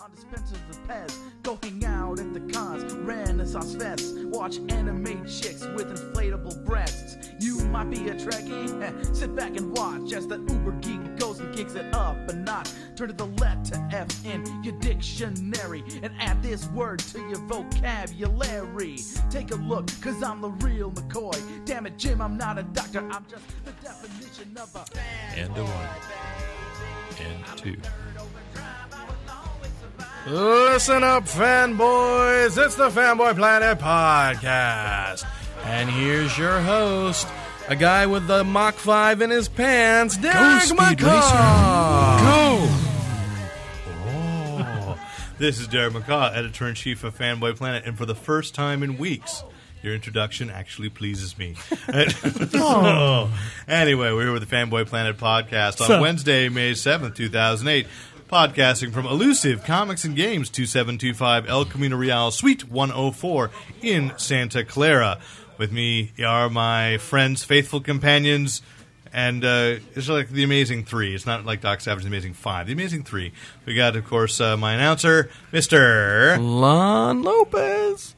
on dispensers with Pez. Go hang out at the cons, Renaissance fests. Watch anime chicks with inflatable breasts. You might be a Trekkie, heh, sit back and watch as the uber geek goes and kicks it up a notch. Turn to the letter F in your dictionary and add this word to your vocabulary. Take a look, cause I'm the real McCoy. Damn it, Jim, I'm not a doctor, I'm just the definition of a And a one. And two. Listen up, fanboys. It's the Fanboy Planet Podcast. And here's your host, a guy with the Mach 5 in his pants, Derek Speed McCaw. This is Derek McCaw, editor in chief of Fanboy Planet, and for the first time in weeks, your introduction actually pleases me. oh. Anyway, we're here with the Fanboy Planet podcast on So- Wednesday, May 7th, 2008. Podcasting from Elusive Comics and Games, 2725 El Camino Real, Suite 104 in Santa Clara. With me are my friends, faithful companions, and uh, it's like the Amazing Three. It's not like Doc Savage's Amazing Five. The Amazing Three. We got, of course, uh, my announcer, Mister Lon Lopez.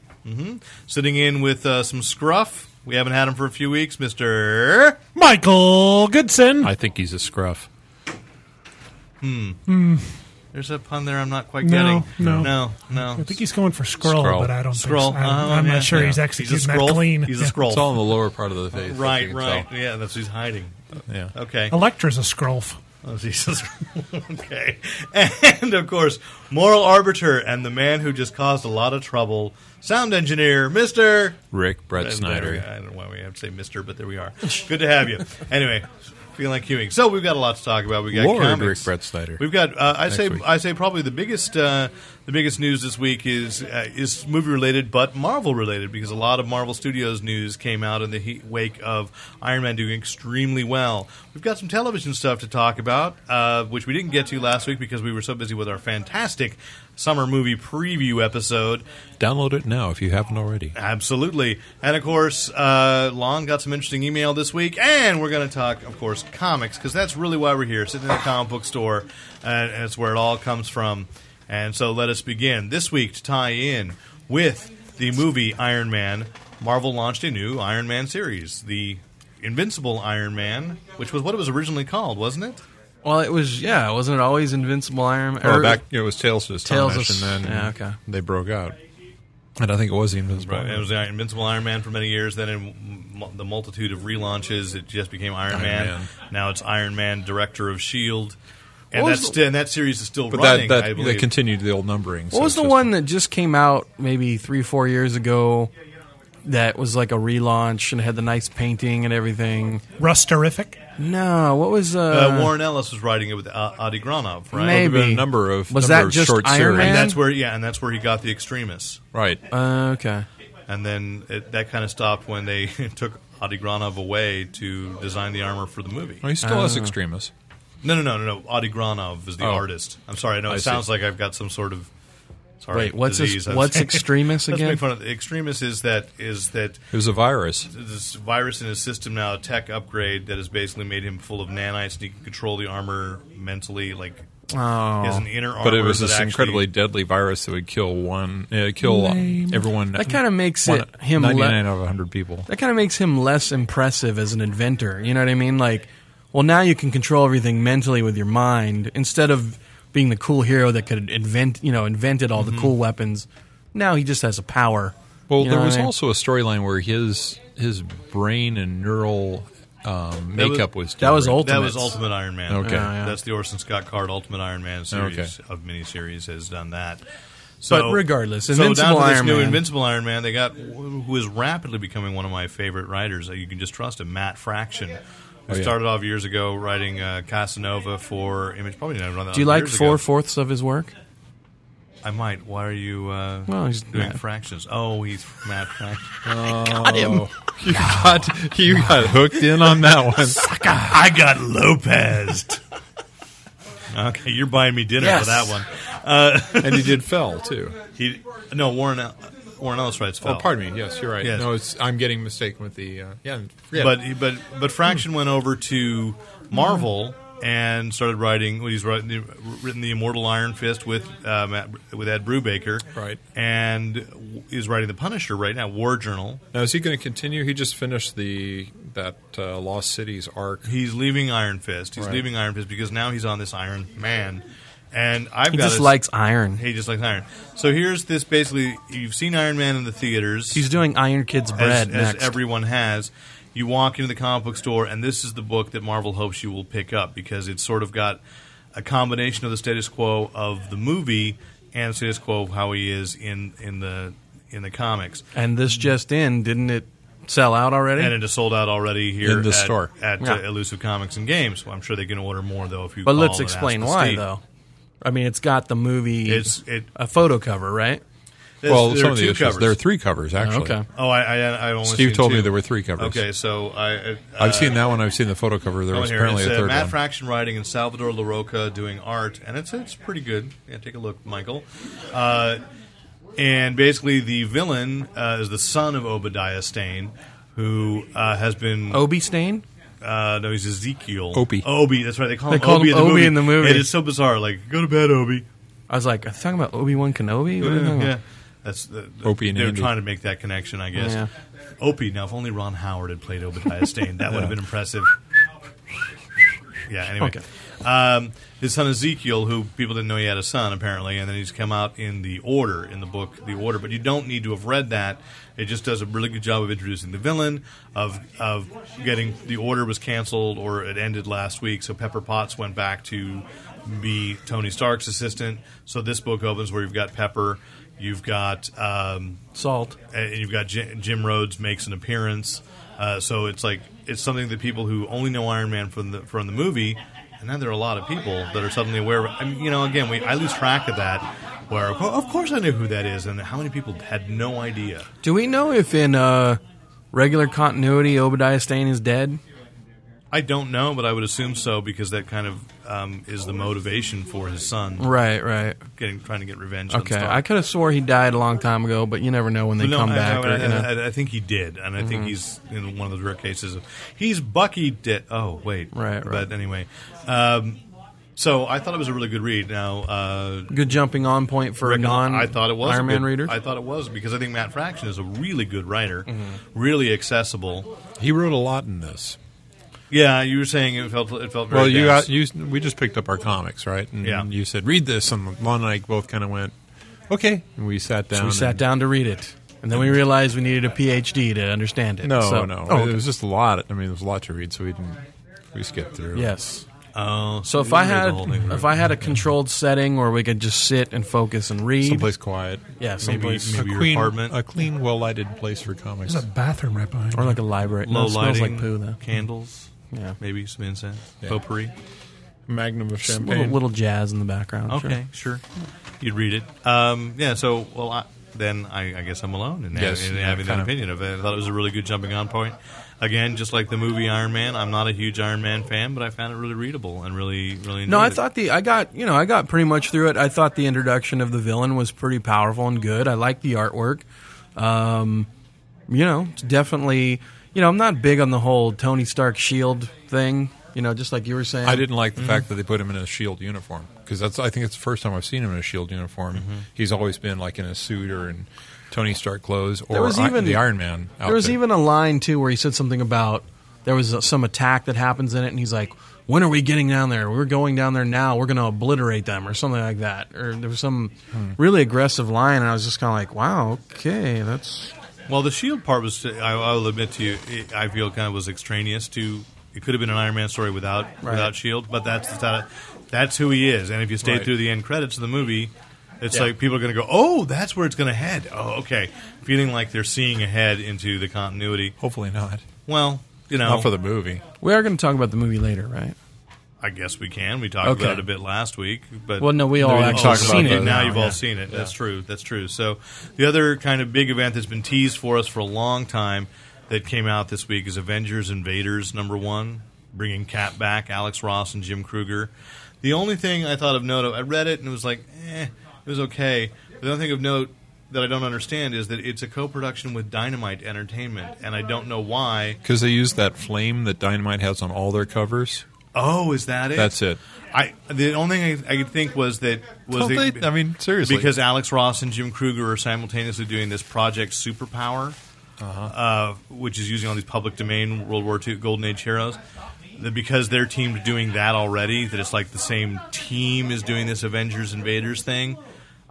sitting in with uh, some scruff. We haven't had him for a few weeks, Mister. Michael Goodson. I think he's a scruff. There's a pun there I'm not quite No, getting. no. no, no. I think he's going for scroll, Skrull. but I don't scroll. Oh, think so. I'm, I'm not sure he's executing uh, he's a that scroll. clean. He's a Yeah. scroll. It's all in the lower part of the face. if you Right, can right. tell. Yeah, that's who's hiding. Yeah. Okay. Electra's a scroll. Oh, Jesus. okay. And of course, moral arbiter and the man who just caused a lot of trouble, sound engineer, Mr. Rick Brett There we go. Snyder. I don't know why we have to say Mr., but there we are. Good to have you. Anyway, feeling like queuing. So we've got a lot to talk about. We got Lord, comics. Rick Brett Snyder. We've got. Uh, I Next say. week. I say probably the biggest. Uh, the biggest news this week is uh, is movie related, but Marvel related because a lot of Marvel Studios news came out in the heat wake of Iron Man doing extremely well. We've got some television stuff to talk about, uh, which we didn't get to last week because we were so busy with our fantastic summer movie preview episode. Download it now if you haven't already. Absolutely. And of course, uh, Lon got some interesting email this week, and we're going to talk, of course, comics, because that's really why we're here, sitting in the comic book store, and, and it's where it all comes from. And so let us begin this week to tie in with the movie Iron Man. Marvel launched a new Iron Man series, the Invincible Iron Man, which was what it was originally called, wasn't it? Well, it was yeah, wasn't it always Invincible Iron Man? Or Oh, back, it was Tales of Tales of- Astonish, and then yeah, okay. they broke out. And I think it was the Invincible. Right. Uh, It was the Invincible Iron Man for many years. Then, in mu- the multitude of relaunches, it just became Iron, Iron Man. Man. Now it's Iron Man, Director of Shield, E and What was that's the- sti- and that series is still But running. that, that I they believe. continued the old numbering. What was the one that just came out maybe three, four years ago? That was like a relaunch and had the nice painting and everything. Rusterific. No, what was uh, uh, Warren Ellis was writing it with uh, Adi Granov, right? Maybe. a number of Was number that of just short Iron series. Man? And that's where, yeah, and that's where he got the Extremists, Right. Uh, okay, and then it, that kind of stopped when they took Adi Granov away to design the armor for the movie. Well, he still Uh, has extremists. No, no, no, no, no. Adi Granov is the Oh. artist. I'm sorry. I know it I see. sounds like I've got some sort of sorry. wait, what's disease. this, what's extremist Let's again? make fun of the extremist. Is that is that It was a virus. this virus in his system now, a tech upgrade that has basically made him full of nanites, and he can control the armor mentally. Like Oh, he has an inner armor, But it was that this actually- incredibly deadly virus that would kill one, uh, kill everyone. that kind of makes it one- him. 99 Le- out of 100 people. that kind of makes him less impressive as an inventor. You know what I mean? Like, well, now you can control everything mentally with your mind instead of being the cool hero that could invent, you know, invented all Mm-hmm. the cool weapons. Now he just has a power. Well, You know there what was I mean? also a storyline where his his brain and neural um, That was- makeup was, that was different. That was Ultimates. Ultimate Iron Man. Uh, Okay. Yeah, yeah. that's the Orson Scott Card Ultimate Iron Man series Okay. of miniseries has done that. So, But regardless, so down Invincible to this Iron new Man. Invincible Iron Man, they got who is rapidly becoming one of my favorite writers. You can just trust him, Matt Fraction. Who Oh, yeah. started off years ago writing uh, Casanova for Image? Probably not. Do you like four fourths of his work? I might. Why are you uh, Well, he's doing Matt. fractions? Oh, he's Matt Fraction. Oh, You got you got hooked in on that one. I got Lopez. okay, you're buying me dinner Yes. for that one. and he did fell too. He no Warren El- Warren Ellis writes. Oh, Fell. pardon me. Yes, you're right. Yes. No, it's, I'm getting mistaken with the uh, yeah. yeah. Hmm. But but but Fraction went over to Marvel and started writing. Well, he's writing, the- written the Immortal Iron Fist with um, at- with Ed Brubaker, Right. And is writing the Punisher right now, War Journal. Now is he going to continue? He just finished the that uh, Lost Cities arc. He's leaving Iron Fist. He's Right. leaving Iron Fist because now he's on this Iron Man, and I've He got just a- likes iron. he just likes Iron. So here's this basically you've seen Iron Man in the theaters. He's doing Iron Kid's as, bread as next. everyone has. You walk into the comic book store, and this is the book that Marvel hopes you will pick up because it's sort of got a combination of the status quo of the movie and status quo of how he is in in the in the comics. and this just in, didn't it sell out already? Mm-hmm. And it is sold out already here In the at, store. at uh, Yeah. Elusive Comics and Games. Well, I'm sure they can order more though. If you but call let's and ask explain the why, Steve. though. I mean, it's got the movie, It's it. a photo cover, right? there's- well, there some are of the two issues. covers. There are three covers actually. Okay. Oh, I I, I only Steve seen told me two. there were three covers. Okay, so I uh, I've seen that one. I've seen the photo cover. There Oh, was here. apparently it's, a uh, third Matt one. Fraction writing and Salvador LaRocca doing art, and it's it's pretty good. Yeah, take a look, Michael. Uh, and basically, the villain uh, is the son of Obadiah Stane, who uh, has been Obi Stain? uh, no, he's Ezekiel. Opie. Obi. That's right. They call They him called Obi, him in, the Obi movie. in the movie. It is so bizarre. Like, go to bed, Obi. I was like, are they talking about Obi Wan Kenobi? What are they talking yeah. about? That's the, Opie and they're Andy. trying to make that connection, I guess. Yeah. Opie. Now, if only Ron Howard had played Obadiah Stane, that would have been impressive. yeah. Anyway, Okay. um, his son Ezekiel, who people didn't know he had a son apparently, and then he's come out in the Order in the book, the Order. But you don't need to have read that. It just does a really good job of introducing the villain, of of getting the Order was canceled or it ended last week, so Pepper Potts went back to be Tony Stark's assistant. So this book opens where you've got Pepper. You've got um, Salt. and you've got Jim, Jim Rhodes makes an appearance. Uh, so it's like it's something that people who only know Iron Man from the from the movie, and now there are a lot of people that are suddenly aware. Of, I mean, you know, again, we I lose track of that. Where of cour- of course I knew who that is, and how many people had no idea. Do we know if in uh, regular continuity Obadiah Stane is dead? I don't know, but I would assume so because that kind of um, is the motivation for his son Right, right. getting trying to get revenge. on Okay, Stark. I could have swore he died a long time ago, but you never know when they No, come I, back. I, or, you know. Mm-hmm. I, I, I think he did, and I think he's in one of those rare cases. Of, he's Bucky. Did oh wait, Right, right. But anyway, um, so I thought it was a really good read. Now, uh, good jumping on point for Rick, non I thought it was Iron a Man good- readers. I thought it was because I think Matt Fraction is a really good writer, Mm-hmm. really accessible. He wrote a lot in this. Yeah, you were saying it felt it felt very Well, you, dense. got, you we just picked up our comics, right? And Yeah. you said read this, and Lon and I both kind of went, okay, and we sat down. we sat and- down to read it, and then we realized we needed a PhD to understand it. No, so, no, Oh, it okay. was just a lot. I mean, there was a lot to read, so we didn't. We skipped through. yes. oh, So if you I read the had whole thing. if I had a controlled setting where we could just sit and focus and read, someplace quiet. yeah, maybe- someplace maybe your clean, apartment. a clean, well-lighted place for comics. There's a bathroom right behind. or you. like a library. low No, it smells lighting, like poo though. candles, Yeah, maybe some incense, Yeah. potpourri. magnum of Just a champagne. little, little jazz in the background. sure. Okay, sure. You'd read it. Um, yeah, so, well, I, then I, I guess I'm alone in, ha- Yes, in yeah, having that kind of. opinion of it. I thought it was a really good jumping on point. Again, just like the movie Iron Man, I'm not a huge Iron Man fan, but I found it really readable and really, really No, enjoyed I it. thought the I got you know I got pretty much through it. I thought the introduction of the villain was pretty powerful and good. I liked the artwork. Um, you know, it's definitely. You know, I'm not big on the whole Tony Stark shield thing. You know, just like you were saying, I didn't like the mm-hmm. fact that they put him in a shield uniform because that's I think it's the first time I've seen him in a shield uniform. Mm-hmm. He's always been like in a suit or in Tony Stark clothes or There was I- even- the Iron Man. Outfit. There was even a line too where he said something about there was uh, some attack that happens in it, and he's like, "When are we getting down there? We're going down there now. We're going to obliterate them, or something like that." Or there was some really aggressive line, and I was just kind of like, "Wow, okay, that's Well, the shield part was, I, I will admit to you, it, I feel kind of was extraneous to. It could have been an Iron Man story without Right. without Shield, but that's the type- that's who he is. And if you stay Right. through the end credits of the movie, it's Yeah. like people are going to go, "Oh, that's where it's going to head." Oh, okay, feeling like they're seeing ahead into the continuity. hopefully not Well, you know, not for the movie. we are going to talk about the movie later, right?" I guess we can. We talked Okay. about it a bit last week, but Well, no, we all we didn't actually talk about seen it. that. now. now, You've all seen it. That's true. That's true. So the other kind of big event that's been teased for us for a long time that came out this week is Avengers Invaders number one, bringing Cap back, Alex Ross and Jim Kruger. The only thing I thought of note, of- I read it and it was like, eh, it was okay. But the only thing of note that I don't understand is that it's a co-production with Dynamite Entertainment, and I don't know why. Because they used that flame that Dynamite has on all their covers, Oh, is that it? That's it. I the only thing I, I could think was that was Don't the- they- I mean, seriously. because Alex Ross and Jim Kruger are simultaneously doing this Project Superpower, Uh-huh. uh, which is using all these public domain World War II Golden Age heroes. That because their team's doing that already, that it's like the same team is doing this Avengers Invaders thing.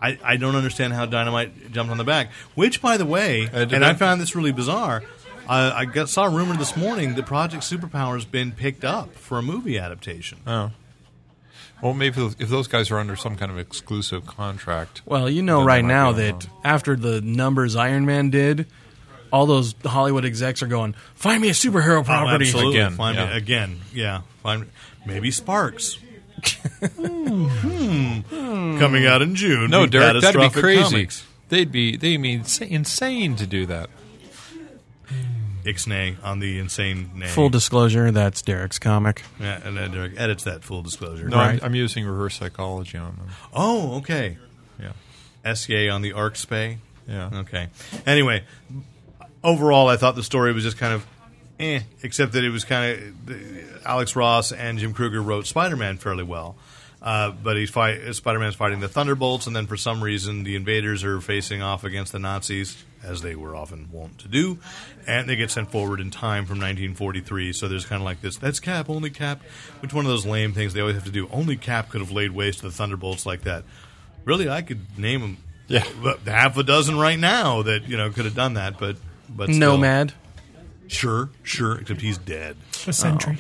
I, I don't understand how Dynamite jumped on the back. Which, by the way, did and I not- found this really bizarre. Uh, I got, saw a rumor this morning that Project Superpower has been picked up for a movie adaptation. Well, maybe if- if those guys are under some kind of exclusive contract. Well, you know then right they might now be that on after the numbers Iron Man did, all those Hollywood execs are going, find me a superhero property. Oh, absolutely. Again, Find me- yeah. again, yeah. Find me- maybe Sparks. hmm. Coming out in June. No, with Derek, that'd be Catastrophic crazy. Comics. They'd be they'd be insa- insane to do that. Ixnay on the insane name. Full disclosure, that's Derek's comic. yeah, and then Derek edits that full disclosure. No, Right. I'm, I'm using reverse psychology on them. Oh, okay. Yeah, SEA on the Arc Spay. yeah. Okay. Anyway, overall, I thought the story was just kind of eh, except that it was kind of Alex Ross and Jim Kruger wrote Spider Man fairly well. Uh, but he's fight, Spider Man's fighting the Thunderbolts, and then for some reason, the invaders are facing off against the Nazis, as they were often wont to do, and they get sent forward in time from 1943. So there's kind of like this that's Cap, only Cap, which one of those lame things they always have to do. Only Cap could have laid waste to the Thunderbolts like that. Really, I could name them Yeah. half a dozen right now that you know could have done that, but but still. Nomad. Sure, sure, except he's dead. The Sentry.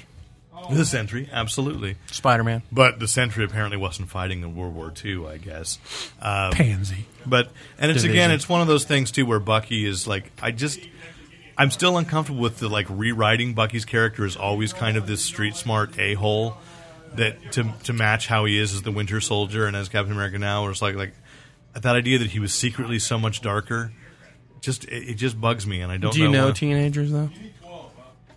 The Sentry, absolutely. Spider Man. But the Sentry apparently wasn't fighting in World War II, I guess. Um, Pansy. but and it's again, Division. it's one of those things too where Bucky is like, I just, I'm still uncomfortable with the like rewriting Bucky's character is always kind of this street smart a hole that to to match how he is as the Winter Soldier and as Captain America now. Where it's like like that idea that he was secretly so much darker. Just it, it just bugs me, and I don't. Do you know why. teenagers, though?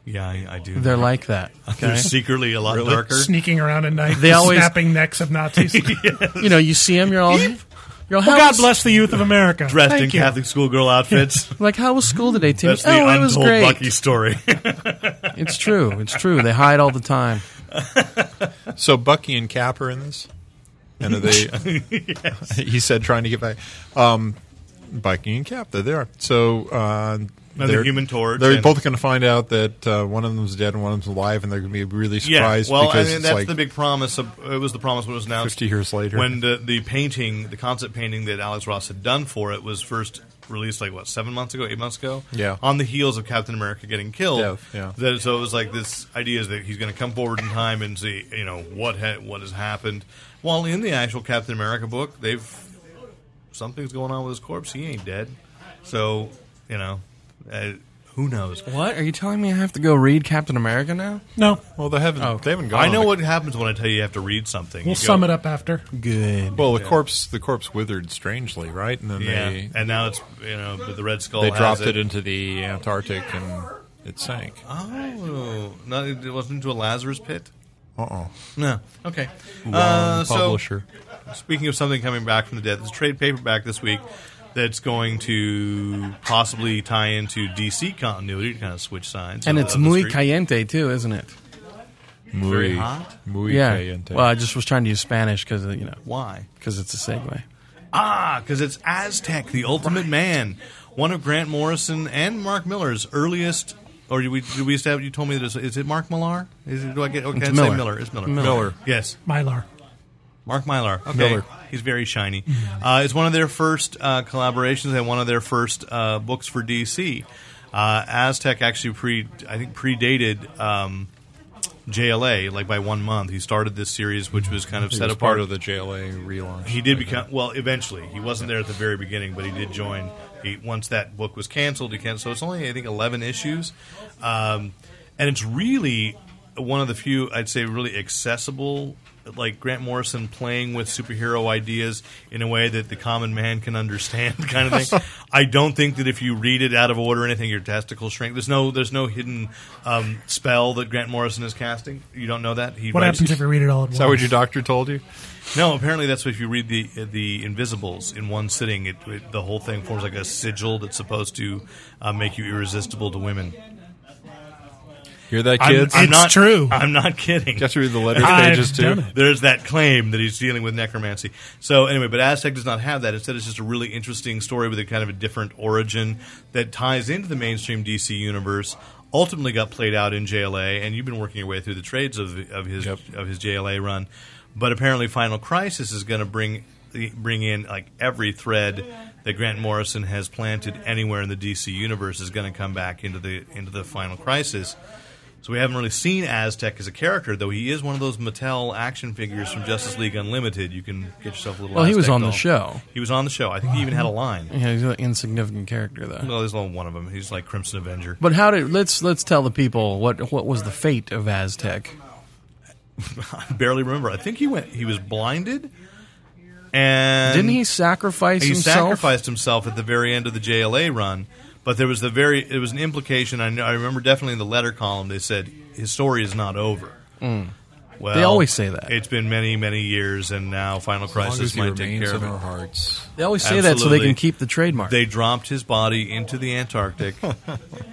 Yeah, I, I do. They're like that. They're Okay? secretly a lot darker. Sneaking around at night, They always- snapping necks of Nazis. you know, you see them, you're all. You're all Well, "How God was- bless the youth of America. dressed Thank in you. Catholic schoolgirl outfits. Like, how was school today, Timmy? That's the Oh, it was untold great. Bucky story. It's true. It's true. They hide all the time. So Bucky and Cap are in this, and are they? He said, trying to get back. Um, Bucky and Cap, they're there. So uh, the Human Torch They're and- both going to find out that uh, one of them's dead and one of them's alive, and they're going to be really yeah, surprised. well, I because mean it's that's like, the big promise. Of, it was the promise when it was announced 50 years later. When the the painting, the concept painting that Alex Ross had done for it, was first released, like what seven months ago, eight months ago. Yeah. on the heels of Captain America getting killed. Death, yeah. That- so it was like this idea is that he's going to come forward in time and see, you know, what ha- what has happened. While in the actual Captain America book, they've something's going on with his corpse. He ain't dead. So you know, uh, who knows. What? Are you telling me I have to go read Captain America now? No, well, they haven't. Oh. They haven't gone. I know on the- what happens when I tell you you have to read something. we'll sum it up after. Good. Well, the corpse, the corpse withered strangely, right? And then Yeah, they and now it's you know but the Red Skull. they has dropped it. it into the Antarctic and it sank. oh, no, it wasn't into a Lazarus pit. Uh oh. No. Okay. Wrong Uh, so publisher. speaking of something coming back from the dead, there's a trade paperback this week that's going to possibly tie into DC continuity to kind of switch signs. And of- it's of the muy street. caliente, too, isn't it? muy, very hot? Muy yeah. caliente. Well, I just was trying to use Spanish because, you know, Why? because it's a segue. Ah, because it's Aztec, the Ultimate Man, one of Grant Morrison and Mark Miller's earliest. Or did we, did we establish? You told me this. Is it Mark Millar? Is it, do I get? Okay, It's I'd say Miller. Miller. It's Miller. Miller. Yes. Mylar. Mark Mylar. Okay. Miller. He's very shiny. Uh, it's one of their first uh, collaborations and one of their first uh, books for DC. Uh, Aztec actually pre, I think predated um, JLA like by one month. He started this series, which was kind of He set was apart. part of the JLA relaunch. he did I think. become well. Eventually, he wasn't there at the very beginning, but he did join. He, once that book was canceled, he canceled. So it's only I think eleven issues, um, and it's really one of the few I'd say really accessible. Like Grant Morrison playing with superhero ideas in a way that the common man can understand, kind of thing. I don't think that if you read it out of order or anything, your testicles shrink. There's no, there's no hidden um, spell that Grant Morrison is casting. You don't know that. He What writes- happens if you read it all at once? Is that what your doctor told you? no, apparently that's what if you read the uh, the Invisibles in one sitting, it, it the whole thing forms like a sigil that's supposed to uh, make you irresistible to women. You're that I'm- kids. I'm- It's not, true. I'm not kidding. Got to read the letter I've pages done too. it. There's that claim that he's dealing with necromancy. So anyway, but Aztec does not have that. Instead, it's just a really interesting story with a kind of a different origin that ties into the mainstream DC universe. Ultimately, got played out in JLA, and you've been working your way through the trades of of his Yep. of his JLA run. But apparently, Final Crisis is going to bring bring in like every thread that Grant Morrison has planted anywhere in the DC universe is going to come back into the into the Final Crisis. So we haven't really seen Aztec as a character, though he is one of those Mattel action figures from Justice League Unlimited. You can get yourself a little. Well, he was Aztec on the doll. show. He was on the show. I think he even had a line. Yeah, he's an insignificant character though. Well, there's only one of them. He's like Crimson Avenger. But how did let's let's tell the people what what was the fate of Aztec? I barely remember. I think he went. He was blinded, and Didn't he sacrifice he himself? sacrificed himself at the very end of the JLA run. But there was the very it was an implication. I, know, I remember definitely in the letter column they said his story is not over. Well, Mm. They always say that. It's been many many years, and now Final Crisis might take care of it. hearts. They always say that so they Absolutely. can keep the trademark. They dropped his body into the Antarctic,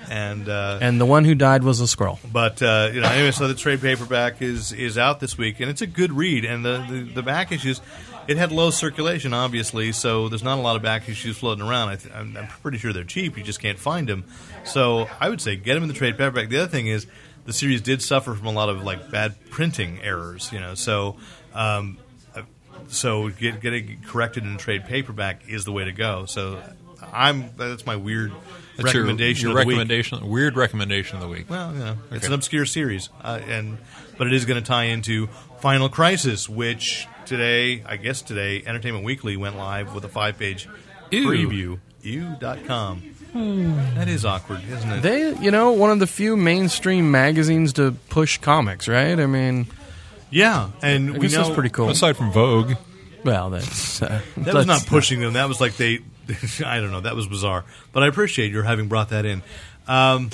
and uh, and the one who died was a squirrel. but uh, you know anyway. So the trade paperback is is out this week, and it's a good read. And the the, the back issues, it had low circulation, obviously, so there's not a lot of back issues floating around. I th- I'm, I'm pretty sure they're cheap. You just can't find them. So I would say get them in the trade paperback. The other thing is the series did suffer from a lot of like bad printing errors, you know. So. Um, so get, getting it corrected in trade paperback is the way to go. So I'm that's my weird That's your, recommendation. your of the week. recommendation. Weird recommendation of the week. Oh, Well, you know, it's Okay. an obscure series, uh, and but it is going to tie into Final Crisis, which today, I guess today, Entertainment Weekly went live with a five-page Ew. preview. Ew.com. That is awkward, isn't it? Hmm. They, you know, one of the few mainstream magazines to push comics, right? I mean, yeah, and I we guess know that's pretty cool. Aside from Vogue, Well, that's uh, that was that's- not pushing them. That was like they, I don't know. That was bizarre. But I appreciate your having brought that in. Um,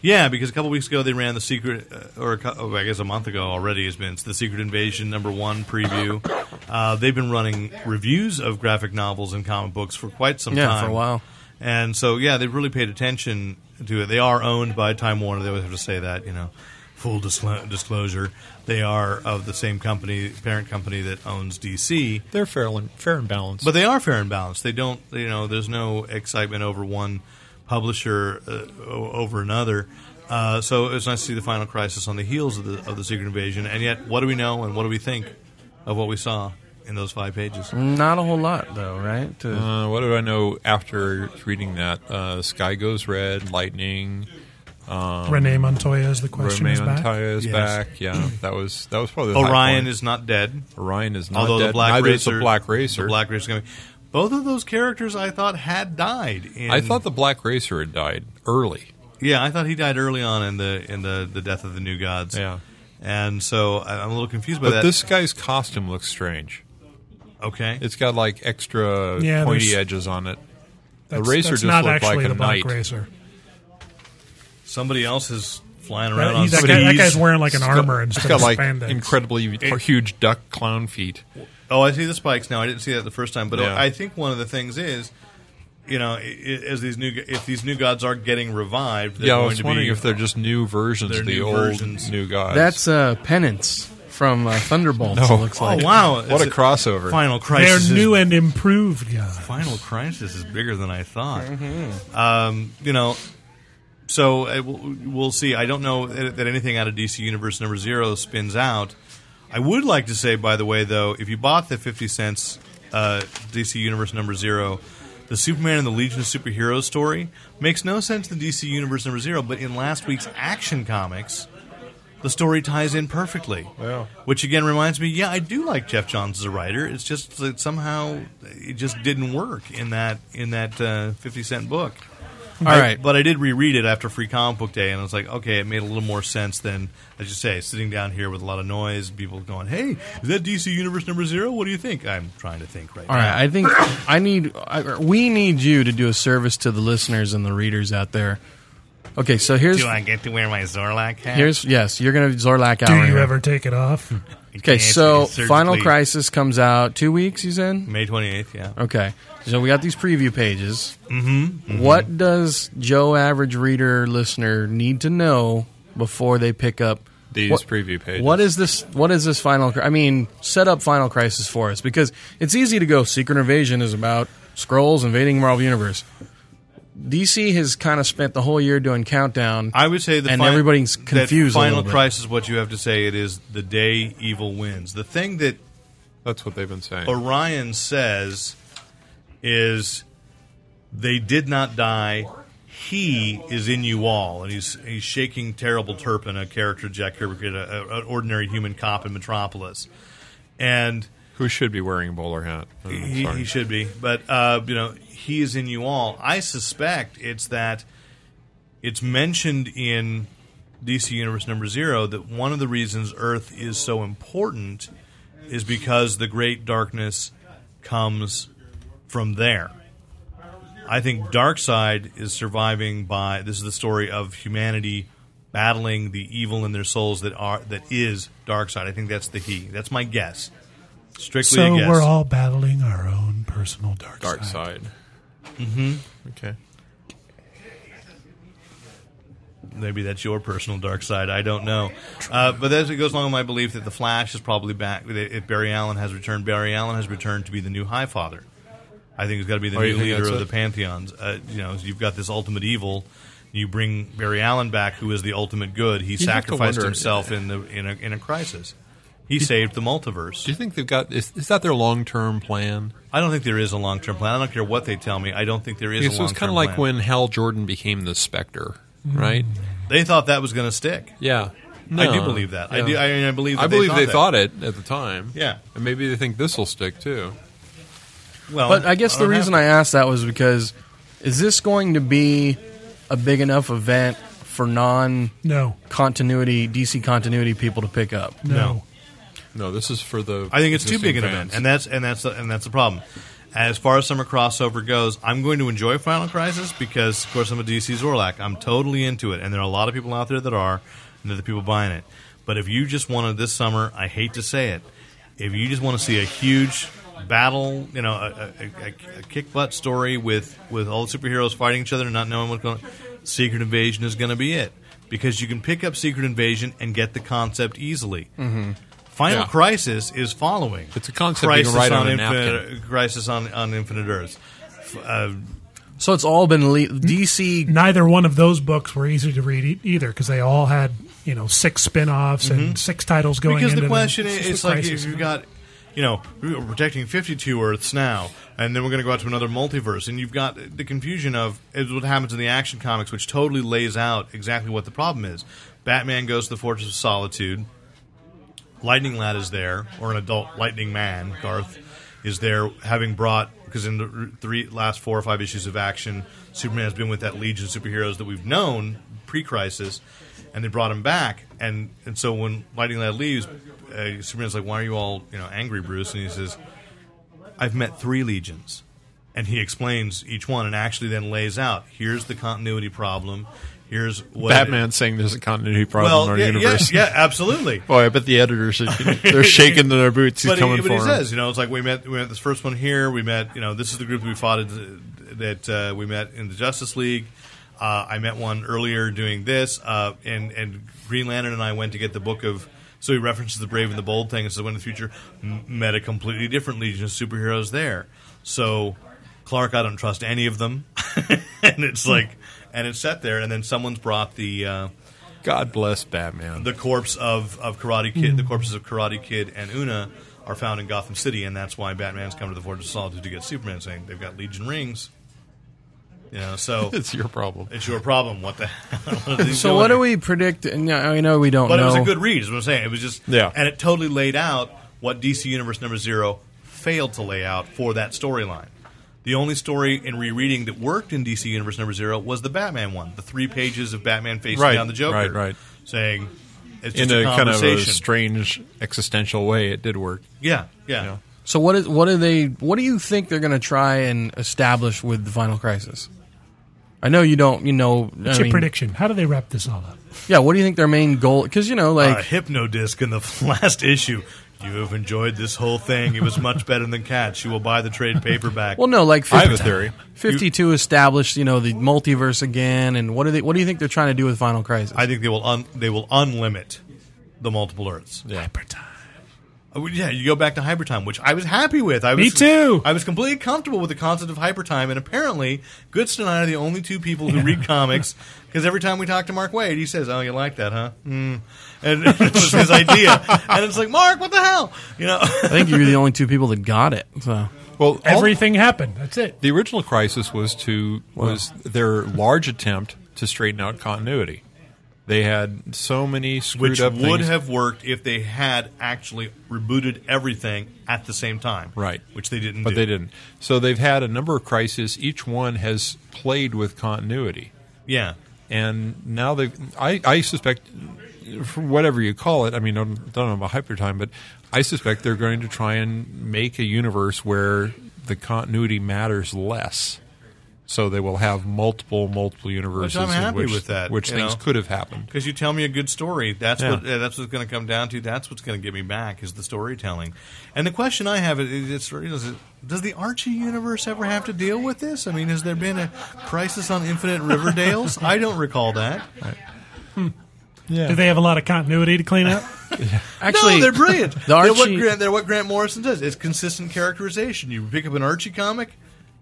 yeah, because a couple weeks ago they ran the secret, uh, or a, cou- oh, I guess a month ago already has been it's the Secret Invasion number one preview. Uh, they've been running reviews of graphic novels and comic books for quite some Yeah, time. for a while. And so, yeah, they've really paid attention to it. They are owned by Time Warner. They always have to say that, you know. Full disclo- disclosure, they are of the same company, parent company that owns DC. they're fair and fair and balanced. But they are fair and balanced. They don't, you know, there's no excitement over one publisher uh, o- over another. Uh, so it was nice to see the final crisis on the heels of the, of the Secret Invasion. And yet, what do we know and what do we think of what we saw in those five pages? Mm-hmm. Not a whole lot, though, right? To- Uh, what do I know after reading that? Uh, Sky goes red, lightning. Renee Montoya is the question Romain is back. Antaya is Mm. Yes. back. Yeah, that was that was probably the high Orion point. is not dead, Orion is not although dead. the Black Neither is Racer, the Black Racer. the Black Racer, coming. both of those characters I thought had died. In, I thought the Black Racer had died early. Yeah, I thought he died early on in the in the, the death of the New Gods. Yeah. and so I- I'm a little confused by But that. this guy's costume looks strange. okay, It's got like extra Yeah, pointy there's- edges on it. That's, racer that's just not looked actually like a the black knight. racer. somebody else is flying Uh, That, around on he's- that, guy, skis. that guy's wearing like an armor It's instead got of like spandex. incredibly huge duck clown feet. Oh, I see the spikes now. I didn't see that the first time, but Yeah. I think one of the things is, you know, i- i- as these new if these new gods are getting revived, they're Yeah, I going was to wondering be, if they're just new versions They're of the new old versions. new gods. that's uh, Penance from uh, Thunderbolts. No. It looks like. Oh wow! what a It's crossover. Final They're crisis. is- new and improved, yeah. Final crisis is bigger than I thought. Um, you know, so uh, we'll, we'll see. I don't know that that anything out of DC Universe Number Zero spins out. I would like to say, by the way, though, if you bought the fifty cents uh, DC Universe Number Zero, the Superman and the Legion of Superheroes story makes no sense in DC Universe Number Zero, but in last week's Action Comics. The story ties in perfectly, Wow. which again reminds me. Yeah, I do like Jeff Johns as a writer. It's just that somehow it just didn't work in that in that uh, fifty cent book. All right. But I did reread it after Free Comic Book Day, and I was like, okay, it made a little more sense than, as you say, sitting down here with a lot of noise, people going, hey, is that DC Universe number zero? What do you think? I'm trying to think right All right, I think I need I, or we need you to do a service to the listeners and the readers out there. Okay, so here's Do I get to wear my Zorlak hat? here's yes, you're gonna Zorlak out. Do you ever take it off? Hmm. Okay, so Surgically- Final Crisis comes out two weeks. You said May 28th, yeah. okay. So we got these preview pages. Mm-hmm, What does Joe average reader listener need to know before they pick up These preview pages. What is this? What is this final? Cri- I mean, set up Final Crisis for us because it's easy to go. Secret Invasion is about scrolls invading Marvel Universe. DC has kind of spent the whole year doing countdown. I would say the and fin- everybody's that confused. a Final little bit. Crisis, what you have to say, it is the day evil wins. The thing that That's what they've been saying. Orion says is they did not die. He is in you all, and he's he's shaking terrible Turpin, a character Jack Kirby created, a- a- an ordinary human cop in Metropolis, and Who should be wearing a bowler hat? Oh, he, sorry. he should be, but uh, you know he is in you all. I suspect it's that it's mentioned in DC Universe number zero that one of the reasons Earth is so important is because the great darkness comes from there. I think Darkseid is surviving by this is the story of humanity battling the evil in their souls that are that is Darkseid. I think that's the he. That's my guess. Strictly So a guess. we're all battling our own personal dark, Dark side. Mm-hmm. Okay. Maybe that's your personal dark side. I don't know. Uh, but as it goes along with my belief that the Flash is probably back. If Barry Allen has returned, Barry Allen has returned to be the new High Father. I think he's got to be the Oh, you new think leader that's of the it? pantheons. Uh, you know, you've got this ultimate evil. You bring Barry Allen back, who is the ultimate good. He have to sacrificed wonder- himself in the in a, in a crisis. He saved the multiverse. Do you think they've got? Is, is that their long term plan? I don't think there is a long term plan. I don't care what they tell me. I don't think there is. Because a it was long-term kind of like plan. when Hal Jordan became the Spectre, right? they thought that was going to stick. Yeah. I do believe that. I Yeah. do. I, mean, I believe. That I believe they that. thought it at the time. Yeah. And maybe they think this will stick too. Well, But I guess the don't have reason to. I asked that was because is this going to be a big enough event for non No, continuity DC continuity people to pick up? no. No. No, this is for the. I think it's too existing big an fans. event, and that's and that's and that's the problem. As far as summer crossover goes, I'm going to enjoy Final Crisis because, of course, I'm a DC Zorlak. I'm totally into it, and there are a lot of people out there that are, and they're the people buying it. But if you just wanted this summer, I hate to say it, if you just want to see a huge battle, you know, a, a, a, a kick butt story with with all the superheroes fighting each other and not knowing what's going, on, Secret Invasion is going to be it because you can pick up Secret Invasion and get the concept easily. Final Yeah. Crisis is following. It's a concept you can write on a Infinite, Crisis on, on Infinite Earths. F- Uh, So it's all been le- DC Neither one of those books were easy to read e- either because they all had you know six spin-offs and six titles going. Mm-hmm. because into the question it's is, just it's a like crisis. if you've got, you know, we're protecting 52 Earths now, and then we're going to go out to another multiverse, and you've got the confusion of is what happens in the action comics, which totally lays out exactly what the problem is. Batman goes to the Fortress of Solitude. Lightning Lad is there, or an adult Lightning Man, Garth, is there, having brought because in the three last four or five issues of action, Superman has been with that legion of superheroes that we've known pre-crisis, and they brought him back, and and so when Lightning Lad leaves, uh, Superman's like, "Why are you all you know angry, Bruce?" And he says, "I've met three legions." And he explains each one, and actually then lays out: here's the continuity problem, here's what Batman saying there's a continuity problem well, in our yeah, universe. yeah, yeah, absolutely. Boy, I bet the editors are, they're shaking their boots. He's but coming he, but for he him. says, you know, it's like we met we met this first one here. We met, you know, this is the group that we fought at, that uh, we met in the Justice League. Uh, I met one earlier doing this, uh, and and Green Lantern and I went to get the book of. So he references the Brave and the Bold thing, and says, "When in the future, m- met a completely different legion of superheroes there." So Clark, I don't trust any of them, and it's like, and it's set there, and then someone's brought the. Uh, God bless Batman. the corpse of, of Karate Kid, Mm-hmm. the corpses of Karate Kid and Una are found in Gotham City, and that's why Batman's come to the Fortress of Solitude to get Superman, saying they've got Legion rings. You know, so it's your problem. it's your problem. What the hell? are these So doing what here? do we predict? And yeah, I know we don't But know. it was a good read. Is what I'm saying. It was just Yeah. and it totally laid out what DC Universe Number Zero failed to lay out for that storyline. The only story in rereading that worked in DC Universe Number Zero was the Batman one, the three pages of Batman facing Right, down the Joker, right, right. saying it's In just a kind of conversation. a strange existential way, it did work. Yeah, yeah. Yeah. so what is what are they? What do you think they're going to try and establish with the Final Crisis? I know you don't. You know, What's I your mean- prediction? How do they wrap this all up? Yeah, what do you think their main goal? Because you know, Uh, like hypno disc in the last issue. You have enjoyed this whole thing. It was much better than Cats. You will buy the trade paperback. Well, no, like 50, I have a theory. Fifty-two established, you know, the multiverse again, and what are they? What do you think they're trying to do with Final Crisis? I think they will un- they will unlimit the multiple Earths. Yeah. Oh, yeah, you go back to Hypertime, which I was happy with. I was, Me too. I was completely comfortable with the concept of Hypertime, and apparently, Goodson and I are the only two people who read comics. Because every time we talk to Mark Wade, he says, "Oh, you like that, huh?" Mm. And it was his idea, and it's like, Mark, what the hell? You know, I think you're the only two people that got it. So Well, every Everything happened. That's it. the original crisis was to was their large attempt to straighten out continuity. They had so many screwed which up would things. have worked if they had actually rebooted everything at the same time, Right. Which they didn't. but do. they didn't. So they've had a number of crises. Each one has played with continuity. Yeah, and now they I, I suspect for whatever you call it i mean i don't don't know about hyper time but i suspect they're going to try and make a universe where the continuity matters less so they will have multiple multiple universes I'm in happy which, with that, which you things know. could have happened Because you tell me a good story, that's Yeah. what uh, that's what's going to come down to. That's what's going to get me back is the storytelling. And the question I have is, it's, is it- does the Archie universe ever have to deal with this? I mean, has there been a crisis on Infinite Riverdales? I don't recall that. Do they have a lot of continuity to clean up? no, actually, they're brilliant. The Archie, they're, what Grant, they're what Grant Morrison does. It's consistent characterization. You pick up an Archie comic,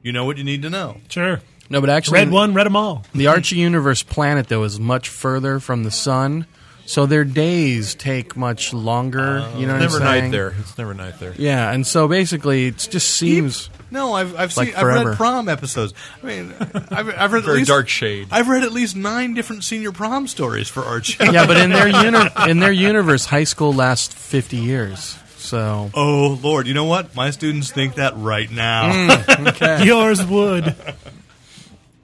you know what you need to know. sure. no, but actually, Read one, read them all. The Archie universe planet, though, is much further from the sun, so their days take much longer. you know, what never I'm saying? night there it's never night there Yeah, and so basically, it just seems. No, I've I've Like seen I've read forever. prom episodes. I mean, I've, I've read at Very least, dark shade. I've read at least nine different senior prom stories for Archie. Yeah, but in their uni- in their universe, high school lasts fifty years. So Oh Lord, you know what? My students think that right now. Mm. okay, Yours would.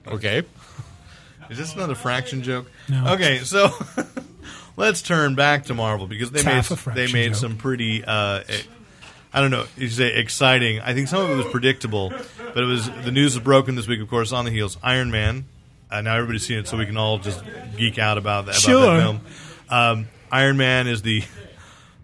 okay Is this another fraction joke? No. Okay, so let's turn back to Marvel because they It's made half a fraction they made joke. some pretty uh, e- I don't know, you should say exciting. I think some of it was predictable, but it was the news was broken this week, of course, on the heels. Iron Man. Uh, now everybody's seen it, so we can all just geek out about that, about Sure. that film. Um, Iron Man is the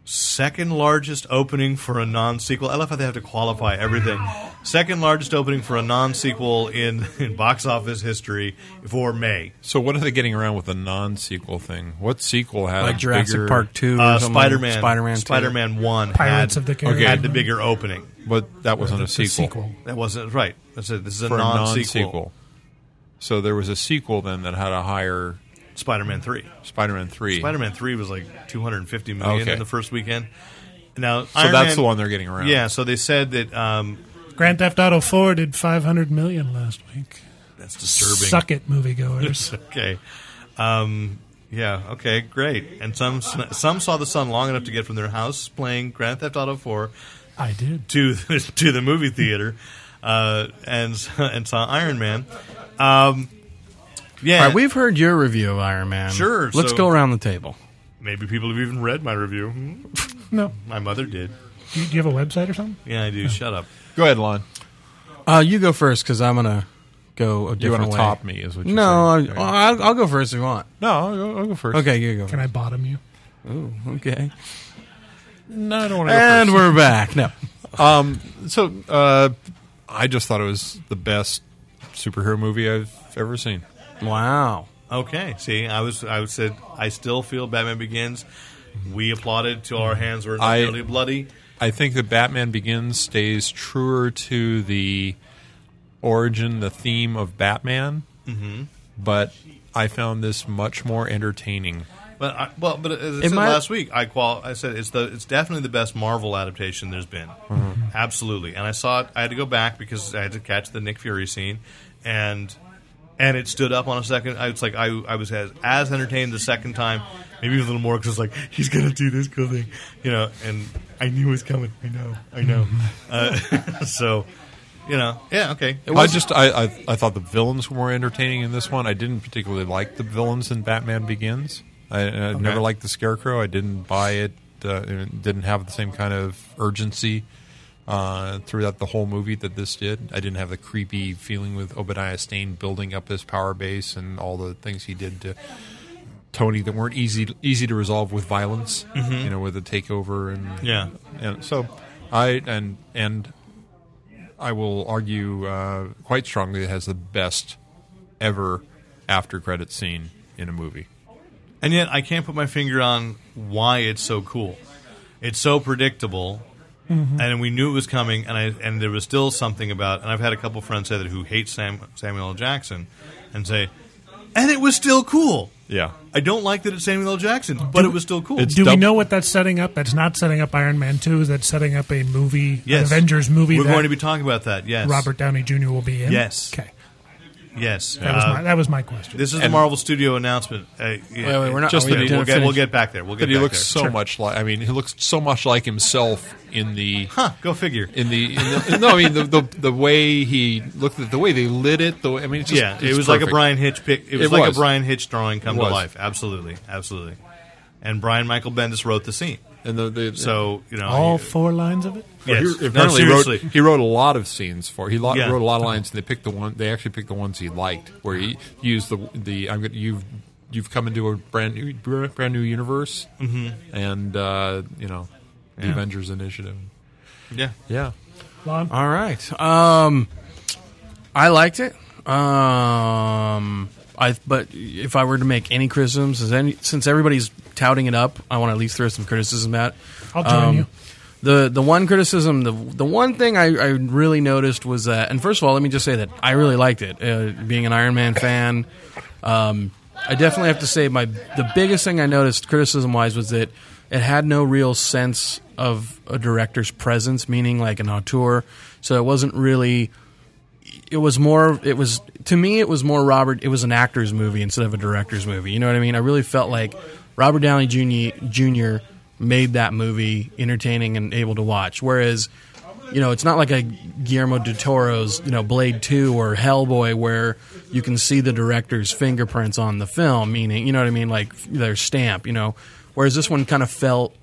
second largest opening for a non-sequel. I love how they have to qualify everything. Second largest opening for a non-sequel in, in box office history for May. so what are they getting around with a non-sequel thing what sequel had like a Jurassic bigger- Park two, Uh, Spider Man, Spider Man, Spider Man One, Pirates had, of the Caribbean. had the bigger opening. but that wasn't a It's a sequel, sequel. That wasn't right. That's it. This is a for a non-sequel. non-sequel so there was a sequel then that had a higher Spider Man Three. spider-man 3 Spider Man Three was like 250 million Okay. in the first weekend. Now, So that's the one they're getting around. Yeah. So they said that. Um, Grand Theft Auto 4 did 500 million last week. that's disturbing. Suck it, moviegoers. Okay. Um, yeah. Okay. Great. And some some saw the sun long enough to get from their house playing Grand Theft Auto Four I did. to the, to the movie theater, uh, and and saw Iron Man. Um, yeah. All right, we've heard your review of Iron Man. Sure, let's so- go around the table. Maybe people have even read my review. Hmm? No. My mother did. Do you, do you have a website or something? Yeah, I do. Shut up. Go ahead, Lon. Uh, you go first because I'm gonna go a You different want to way. top me? Is what? You're No, I, saying. well, I'll, I'll go first if you want. no, I'll go, I'll go first. Okay, you go. Can I bottom you? Okay, No, I don't Eh. want to. and go we're back. No, first. so uh, I just thought it was the best superhero movie I've ever seen. wow. Okay. See, I was I was said I still feel Batman Begins. We applauded till our hands were I- nearly bloody. I think that Batman Begins stays truer to the origin, the theme of Batman, but I found this much more entertaining. But I, well, but as I It said might- last week, I qual I said it's the it's definitely the best Marvel adaptation there's been, Mm-hmm. absolutely. And I saw it. I had to go back because I had to catch the Nick Fury scene, and and it stood up on a second. I was like, I I was as, as entertained the second time, maybe a little more because it's like he's gonna do this cool thing, you know. And I knew it was coming. I know. I know. Mm-hmm. uh, so, you know, yeah, okay. I just I, I I thought the villains were more entertaining in this one. I didn't particularly like the villains in Batman Begins. I, I never liked the Scarecrow. I didn't buy it. Uh, it didn't have the same kind of urgency uh, throughout the whole movie that this did. I didn't have the creepy feeling with Obadiah Stane building up his power base and all the things he did to Tony that weren't easy easy to resolve with violence. You know, with a takeover and Yeah. and so I and and I will argue uh, quite strongly it has the best ever after credit scene in a movie. And yet, I can't put my finger on why it's so cool. It's so predictable, and we knew it was coming. And I and there was still something about. And I've had a couple friends say that who hate Sam, Samuel L. Jackson, and say, and it was still cool. Yeah. I don't like that it's Samuel L. Jackson, but it was still cool. It's Do we Dub- know what that's setting up? That's not setting up Iron Man 2. That's setting up a movie, an Avengers movie We're that going to be talking about that. Yes, Robert Downey Jr. will be in? Yes. Okay. Yes, That, was, Uh, my, that was my question. this is the Marvel Studio announcement. Uh, yeah, Wait, wait, we're not- Just we that didn't we'll get, finish. we'll get back there. We'll get. But he back looks there. so much like I mean he looks so much like himself in the Huh? Go figure. in the, in the no I mean the, the the way he looked at the way they lit it the way, I mean it's just, yeah, it it's was like a perfect. Brian Hitch pick. It was It like was. a Brian Hitch drawing come It to was. life. Absolutely, absolutely. And Brian Michael Bendis wrote the scene, and the, the so you know. All you- four lines of it? yes. He no, apparently wrote, seriously. he wrote a lot of scenes for. He lo- Yeah. wrote a lot of lines, and they picked the one. They actually picked the ones he liked, where he used the the I'm gonna, you've you've come into a brand new br- brand new universe, Mm-hmm. and uh, you know the Avengers Initiative. yeah, Yeah, Lon? All right. Um, I liked it. Um, I but if I were to make any criticisms, since, any, since everybody's touting it up, I want to at least throw some criticism at. I'll join you. The the one criticism, the the one thing I, I really noticed was that, and first of all, let me just say that I really liked it. Uh, being an Iron Man fan, um, I definitely have to say my the biggest thing I noticed criticism wise was that it had no real sense of a director's presence, meaning like an auteur. So it wasn't really. It was more. It was to me. It was more Robert. It was an actor's movie instead of a director's movie. You know what I mean? I really felt like Robert Downey Jr. Jr. made that movie entertaining and able to watch. Whereas, you know, it's not like a Guillermo de Toro's, you know, Blade Two or Hellboy, where you can see the director's fingerprints on the film. Meaning, you know what I mean? Like their stamp. You know. Whereas this one kind of felt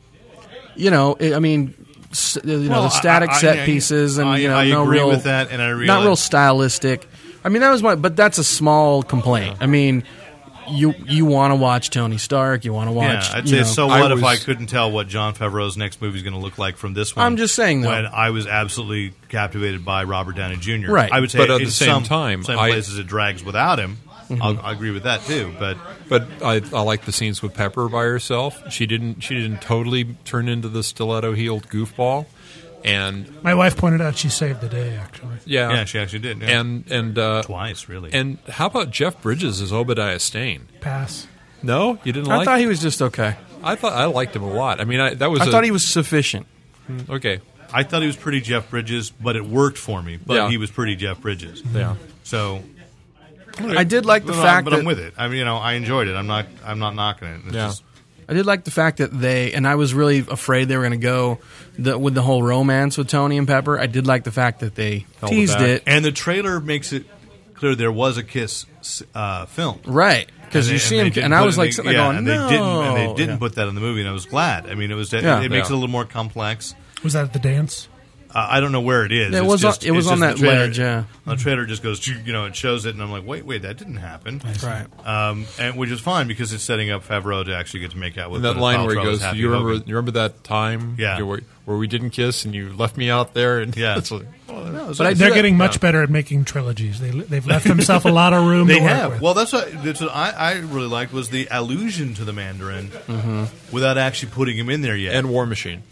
you know, it, I mean, s- you know, Well, the static I- I- set I- pieces and I- you know, I no agree real, with that, and I not realize- real stylistic. I mean, that was my, but that's a small complaint. I mean, you you want to watch Tony Stark, you want to yeah. watch, I'd you say know, so. I What if was- I couldn't tell what John Favreau's next movie is going to look like from this one? I'm just saying, though. when I was absolutely captivated by Robert Downey Jr. Right. I would say, But at in the same some, time, some I- places it drags without him. I'll, I agree with that too. But but I, I like the scenes with Pepper by herself. She didn't she didn't totally turn into the stiletto heeled goofball, and My wife pointed out she saved the day, actually. yeah, yeah, she actually did. yeah. and and uh, twice really. and how about Jeff Bridges as Obadiah Stane? Pass. No, you didn't I like. thought he was just okay. I thought I liked him a lot. I mean, I, that was. I a- thought he was sufficient. okay. I thought he was pretty Jeff Bridges, but it worked for me. But Yeah. he was pretty Jeff Bridges. Yeah. So I did like the but fact I'm, but that I'm with it. I mean, you know, I enjoyed it. I'm not. I'm not knocking it. It's Yeah. just- I did like the fact that they, and I was really afraid they were going to go the, with the whole romance with Tony and Pepper. I did like the fact that they Held it teased back. it, and the trailer makes it clear there was a kiss uh, film. right? Because And you they- see and they him, didn't and I put was it like, in the- sitting there yeah, going, and no, they didn't, and they didn't Yeah. put that in the movie, and I was glad. I mean, it was it, Yeah. it makes it Yeah. a little more complex. Was that at the dance? Uh, I don't know where it is. Yeah, it It's was on- just- it was it's on just that the trailer. ledge, yeah. the trailer just goes, you know, it shows it, and I'm like, wait, wait, that didn't happen. Right. Um, and which is fine because it's setting up Favreau to actually get to make out with And that Gwyneth line where he Paltrow as goes, Happy "You remember? Hogan." You remember that time? Yeah. you know, where, where we didn't kiss and you left me out there?" And Yeah. it's like, No, it's But not- I did They're that- getting much better at making trilogies. They, they've left themselves a lot of room They to work have. with. Well, that's what, that's what I, I really liked was the allusion to the Mandarin Mm-hmm. without actually putting him in there yet. and War Machine.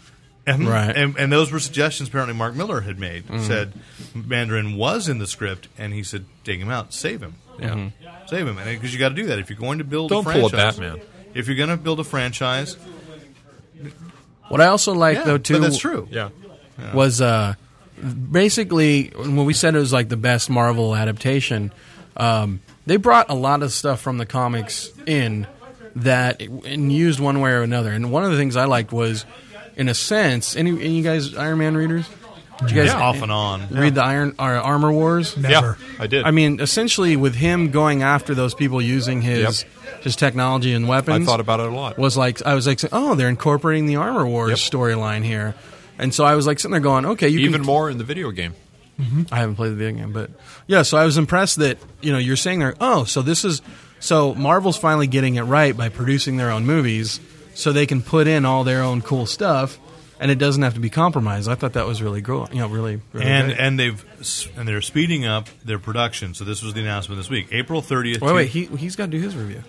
And, Right. and, and those were suggestions apparently Mark Miller had made. Said Mandarin was in the script, and he said, take him out, save him. Yeah, Save him. Because you got to do that. If you're going to build a Don't pull a franchise. Batman. If you're going to build a franchise, What I also like yeah, though too but that's true. yeah. was uh, basically when we said it was like the best Marvel adaptation. Um, they brought a lot of stuff from the comics in that and used one way or another. And one of the things I liked was, in a sense, any, any you guys Iron Man readers? Did you guys Yeah, off and on. read the Iron or Armor Wars? Never. Yeah, I did. I mean, essentially, with him going after those people using his his technology and weapons, I thought about it a lot. was like, I was like, oh, they're incorporating the Armor Wars Yep. storyline here, and so I was like sitting there going, okay, you Even can, more in the video game. I haven't played the video game, but yeah, so I was impressed that you know you're saying there, oh, so this is So Marvel's finally getting it right by producing their own movies, so they can put in all their own cool stuff, and it doesn't have to be compromised. I thought that was really cool. You know, really, really and great. and they've s- and they're speeding up their production. So this was the announcement this week, April thirtieth. wait, wait, he he's got to do his review.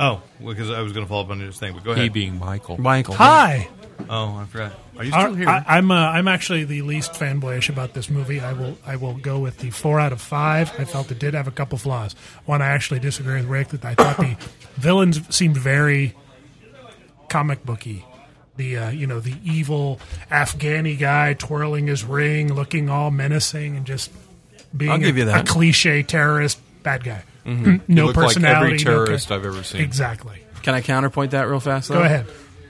oh, because I was going to follow up on his thing, but go He ahead. being Michael. Michael, Hi. Oh, I forgot. Are you Are- still here? I, I'm uh, I'm actually the least fanboyish about this movie. I will I will go with the four out of five. I felt it did have a couple flaws. One, I actually disagree with Rick that I thought the villains seemed very comic booky. The uh, you know the evil Afghani guy twirling his ring, looking all menacing, and just being I'll give a, you that. a cliche terrorist bad guy. no looked like every personality. no char- terrorist I've ever seen. Exactly. Can I counterpoint that real fast? Though? Go ahead,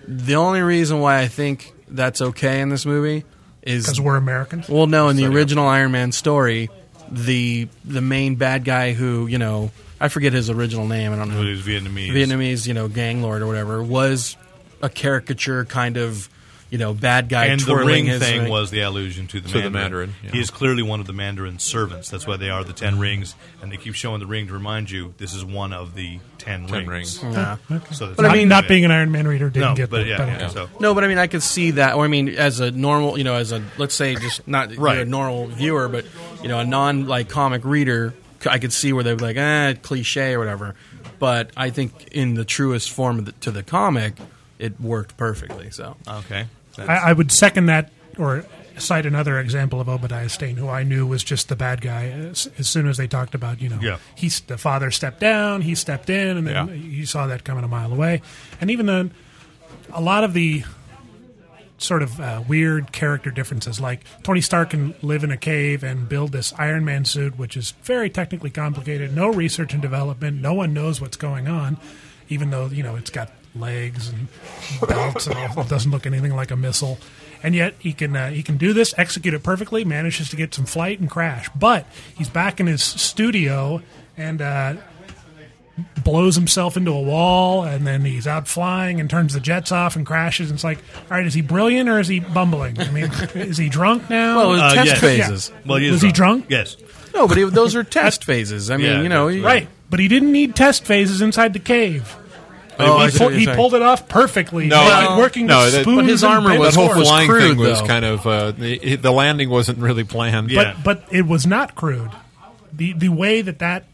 The only reason why I think that's okay in this movie is because we're Americans. well, no, in the original Iron Man story, the the main bad guy who you know I forget his original name. I don't know. Well, he's Vietnamese. Vietnamese, you know, gang lord or whatever, was a caricature kind of, you know, bad guy. And the twirling ring his thing was the allusion to the To the Mandarin. Mandarin, yeah. He is clearly one of the Mandarin's servants. That's why they are the ten rings, and they keep showing the ring to remind you this is one of the ten, Ten rings. rings. Nah. So that's But I how mean, they not did being it. an Iron Man reader didn't no, get but that. yeah, but yeah, okay. So No, but I mean, I could see that. Or I mean, as a normal, you know, as a let's say just not Right. you know, a normal viewer, but you know, a non like comic reader, c- I could see where they'd be like, eh, cliche or whatever. But I think in the truest form of the, to the comic, it worked perfectly. So okay. I, I would second that or cite another example of Obadiah Stane, who I knew was just the bad guy as, as soon as they talked about, you know, Yeah. he's the father stepped down, he stepped in, and then Yeah. you saw that coming a mile away. And even then, a lot of the sort of uh, weird character differences. Like Tony Stark can live in a cave and build this Iron Man suit, which is very technically complicated. No research and development. No one knows what's going on, even though you know it's got legs and belts and all. It doesn't look anything like a missile. And yet he can uh, he can do this, execute it perfectly, manages to get some flight and crash. But he's back in his studio and uh, blows himself into a wall and then he's out flying and turns the jets off and crashes and it's like all right is he brilliant or is he bumbling i mean is he drunk now well, it was Uh, Oh, test yes. phases. Yeah. Well, is Was he drunk? Yes. No, but it, those are test phases. I mean, Yeah, you know, that's you- right but he didn't need test phases inside the cave Oh, I he, see pull- what you're he saying. pulled it off perfectly No, He's I- working no, with that- spoons But his and armor bits. That was whole was flying crude, thing was though. kind of uh, the, the landing wasn't really planned. Yeah. but but it was not crude. The the way that that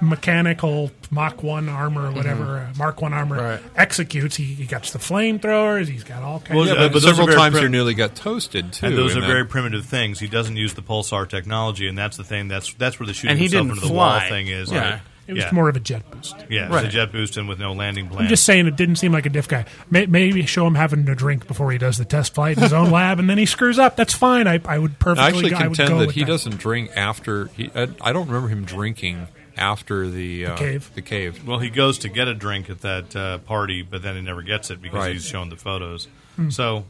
mechanical Mach One armor, or whatever uh, Mark One armor Mm-hmm. Right. executes, he, he got the flamethrowers. He's got all kinds. Well, of Yeah, Uh, but, but those are several very times prim- you nearly got toasted too. And those in are that. very primitive things. He doesn't use the pulsar technology, and that's the thing. That's that's where the shooting And he himself didn't into the fly. wall thing is. Yeah. Right? It was yeah. more of a jet boost. Yeah, it's a Right. jet boost and with no landing plan. I'm just saying it didn't seem like a diff guy. May- Maybe show him having a drink before he does the test flight in his own lab, and then he screws up. That's fine. I, I would perfectly. I actually go- would go contend that with he doesn't drink after. He, I, I don't remember him drinking after the, uh, cave. The cave. Well, he goes to get a drink at that uh, party, but then he never gets it because Right. he's shown the photos. So,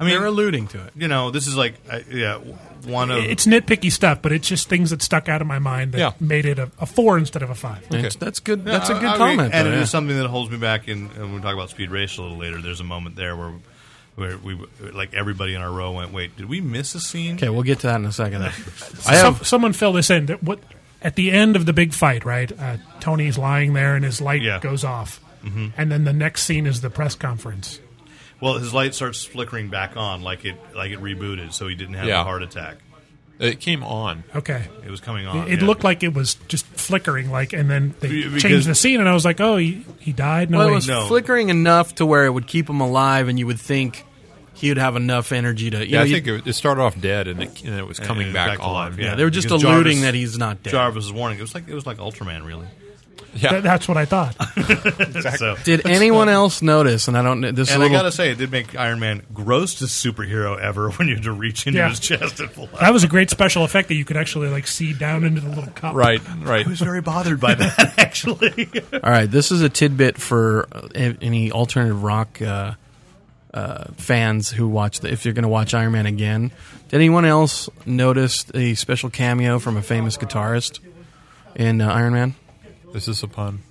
I They're mean, alluding to it. you know, this is like, uh, yeah, w- one of It's nitpicky stuff, but it's just things that stuck out of my mind that Yeah. made it a, a four instead of a five. It's- That's good. That's a I- good I agree. comment. and though, it yeah. is something that holds me back. In and we talk about speed race a little later. There's a moment there where. Where we like everybody in our row went. Wait, did we miss a scene? Okay, we'll get to that in a second. then. I Some, have someone fill this in. That what at the end of the big fight, right? Uh, Tony's lying there, and his light Yeah. goes off, mm-hmm. and then the next scene is the press conference. Well, his light starts flickering back on, like it like it rebooted, so he didn't have Yeah. a heart attack. It came on. Okay. It was coming on. It yeah. looked like it was just flickering, like, and then they Be- because- changed the scene, and I was like, "Oh, he, he died." No, Well, wait. it was No. flickering enough to where it would keep him alive, and you would think he would have enough energy to. You Yeah, know, I you- think it, it started off dead and it, and it was coming it's back, back to on. life, yeah, yeah, they were just because alluding Jarvis- that he's not dead. Jarvis was warning. It was like it was like Ultraman, really. Yeah. Th- that's what I thought. So, Did anyone else notice? And I don't. know This is a and I little, gotta say, it did make Iron Man grossest superhero ever when you had to reach into Yeah. his chest and pull out. That was a great special effect that you could actually like see down into the little cup. Right, right. I was very bothered by that actually. All right, this is a tidbit for uh, any alternative rock uh, uh, fans who watch. The, if you're going to watch Iron Man again, did anyone else notice a special cameo from a famous guitarist in uh, Iron Man? This is a pun.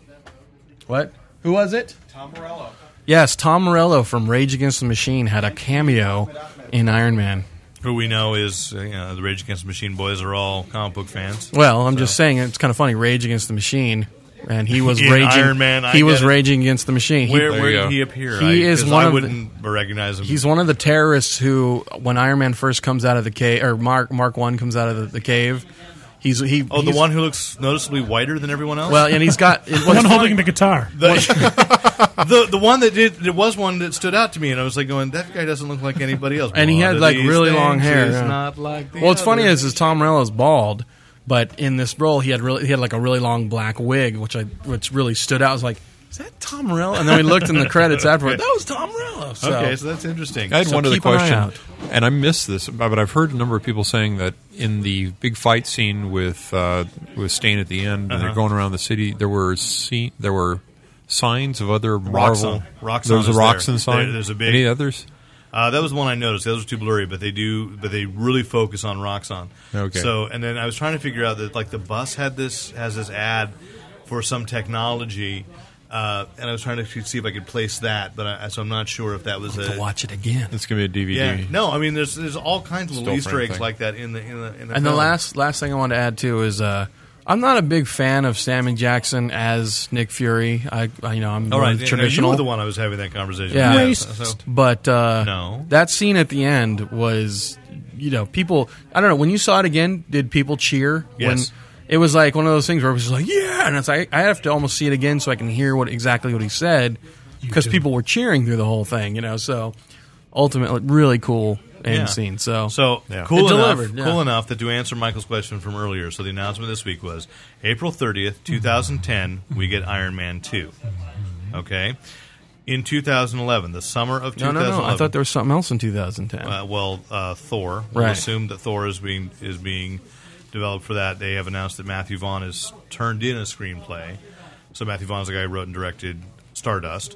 What? Who was it? Tom Morello. Yes, Tom Morello from Rage Against the Machine had a cameo in Iron Man. Who we know is uh, you know, the Rage Against the Machine boys are all comic book fans. Well, I'm just saying it's kind of funny. Rage Against the Machine and he was In raging. Iron Man, I he was get it. raging against the machine. He- Where, There where you did go. he appear? He I, is 'cause one I of the- wouldn't recognize him. He's one of the terrorists who, when Iron Man first comes out of the cave, or Mark Mark One comes out of the, the cave, he's he. oh, the he's- one who looks noticeably whiter than everyone else. Well, and he's got it- One what's holding the guitar. the the one that did there was one that stood out to me, and I was like going, that guy doesn't look like anybody else. And he One had, of like, these really things long hair, is yeah. not like the Well, what's funny others. is is Tom Morello's bald, but in this role he had really he had like a really long black wig, which I which really stood out. I was like, is that Tom Morello? And then we looked in the credits afterward. That was Tom Morello. So, okay, so that's interesting. I had So one other keep an eye question, out. and I missed this, but I've heard a number of people saying that in the big fight scene with uh, with Stain at the end, and they're going around the city. There were se- there were signs of other Marvel. Roxxon there was a is Roxxon there. sign. There- there's a big- Any others? Uh, that was the one I noticed. The others are too blurry, but they do, but they really focus on Roxxon. Okay. So, and then I was trying to figure out that like the bus had this has this ad for some technology, uh, and I was trying to see if I could place that, but I, so I'm not sure if that was a. watch it again. It's gonna be a DVD. Yeah. No, I mean there's there's all kinds of little Still Easter frame eggs thing. like that in the in the in the And the film. last last thing I want to add too is uh, I'm not a big fan of Samuel Jackson as Nick Fury. I, I you know I'm All more right, of now, the you traditional. were the one I was having that conversation. Yeah. with. Waste. So- But uh, No. that scene at the end was, you know, people. I don't know. When you saw it again, did people cheer? Yes. When it was like one of those things where it was just like, yeah, and it's like I have to almost see it again so I can hear what exactly what he said because too. people were cheering through the whole thing, you know. So ultimately, really cool end Yeah. scene. So So Yeah. cool It enough, delivered, yeah. cool enough that to answer Michael's question from earlier. So the announcement this week was April thirtieth, two thousand ten. We get Iron Man two. Okay, in two thousand eleven, the summer of two Mm-hmm. no, thousand no, eleven. no. I thought there was something else in 2010. uh, well, uh, Thor. We'll Right. assume that Thor is being is being developed for that. They have announced that Matthew Vaughn has turned in a screenplay. So Matthew Vaughn's the guy who wrote and directed Stardust.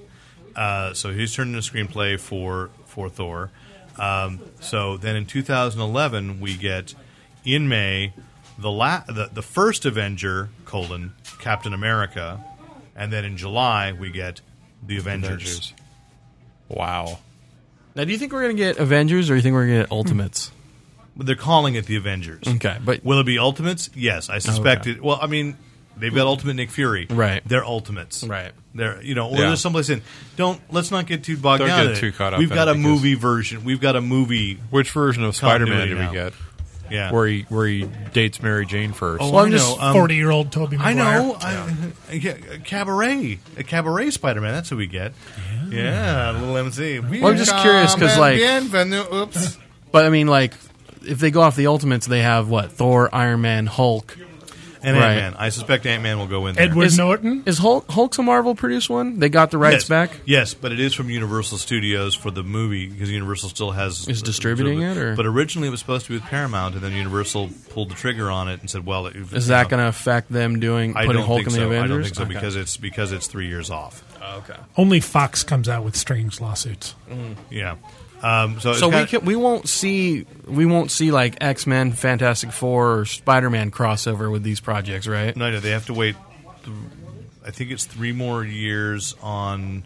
Uh, so he's turned in a screenplay for for Thor. Um, so then in 2011 we get in May the la- the, the first Avenger colon Captain America, and then in July we get the Avengers. Avengers. Wow. now, do you think we're gonna get Avengers or you think we're gonna get Ultimates? But They're calling it the Avengers. Okay, but- will it be Ultimates? Yes, I suspect Okay. it. Well, I mean, they've got Ultimate Nick Fury. Right. They're Ultimates. Right. They're you know, or Yeah. there's someplace in. Don't let's not get too bogged Don't down. get in it. too caught up We've in got it a because- movie version. We've got a movie. Which version of Spider-Man Continuity did we now. get? Yeah. Where he where he dates Mary Jane first? Oh, Well, I I'm know. just um, forty year old Toby I Maguire. know. I, yeah, a cabaret, a cabaret Spider-Man. That's what we get. Yeah, a little MC. I'm just curious 'cause, like- Bienvenue- oops. But I mean, like, if they go off the Ultimates, they have what Thor, Iron Man, Hulk. and Right. Ant-Man. I suspect Ant-Man will go in. There. Edward Is- Norton. Is Hulk Hulk's a Marvel produced one? They got the rights yes. back. Yes, but it is from Universal Studios for the movie because Universal still has Is distributing it, or- But originally it was supposed to be with Paramount, and then Universal pulled the trigger on it and said, "Well, if, Is that going to affect them doing I putting don't Hulk think in the so. Avengers? I don't think so Okay. because it's because it's three years off. Only Fox comes out with strange lawsuits. Yeah. Um, so it's so we kinda- can, we won't see we won't see like X Men, Fantastic Four, or Spider Man crossover with these projects, right? no, no, they have to wait. th- I think it's three more years on.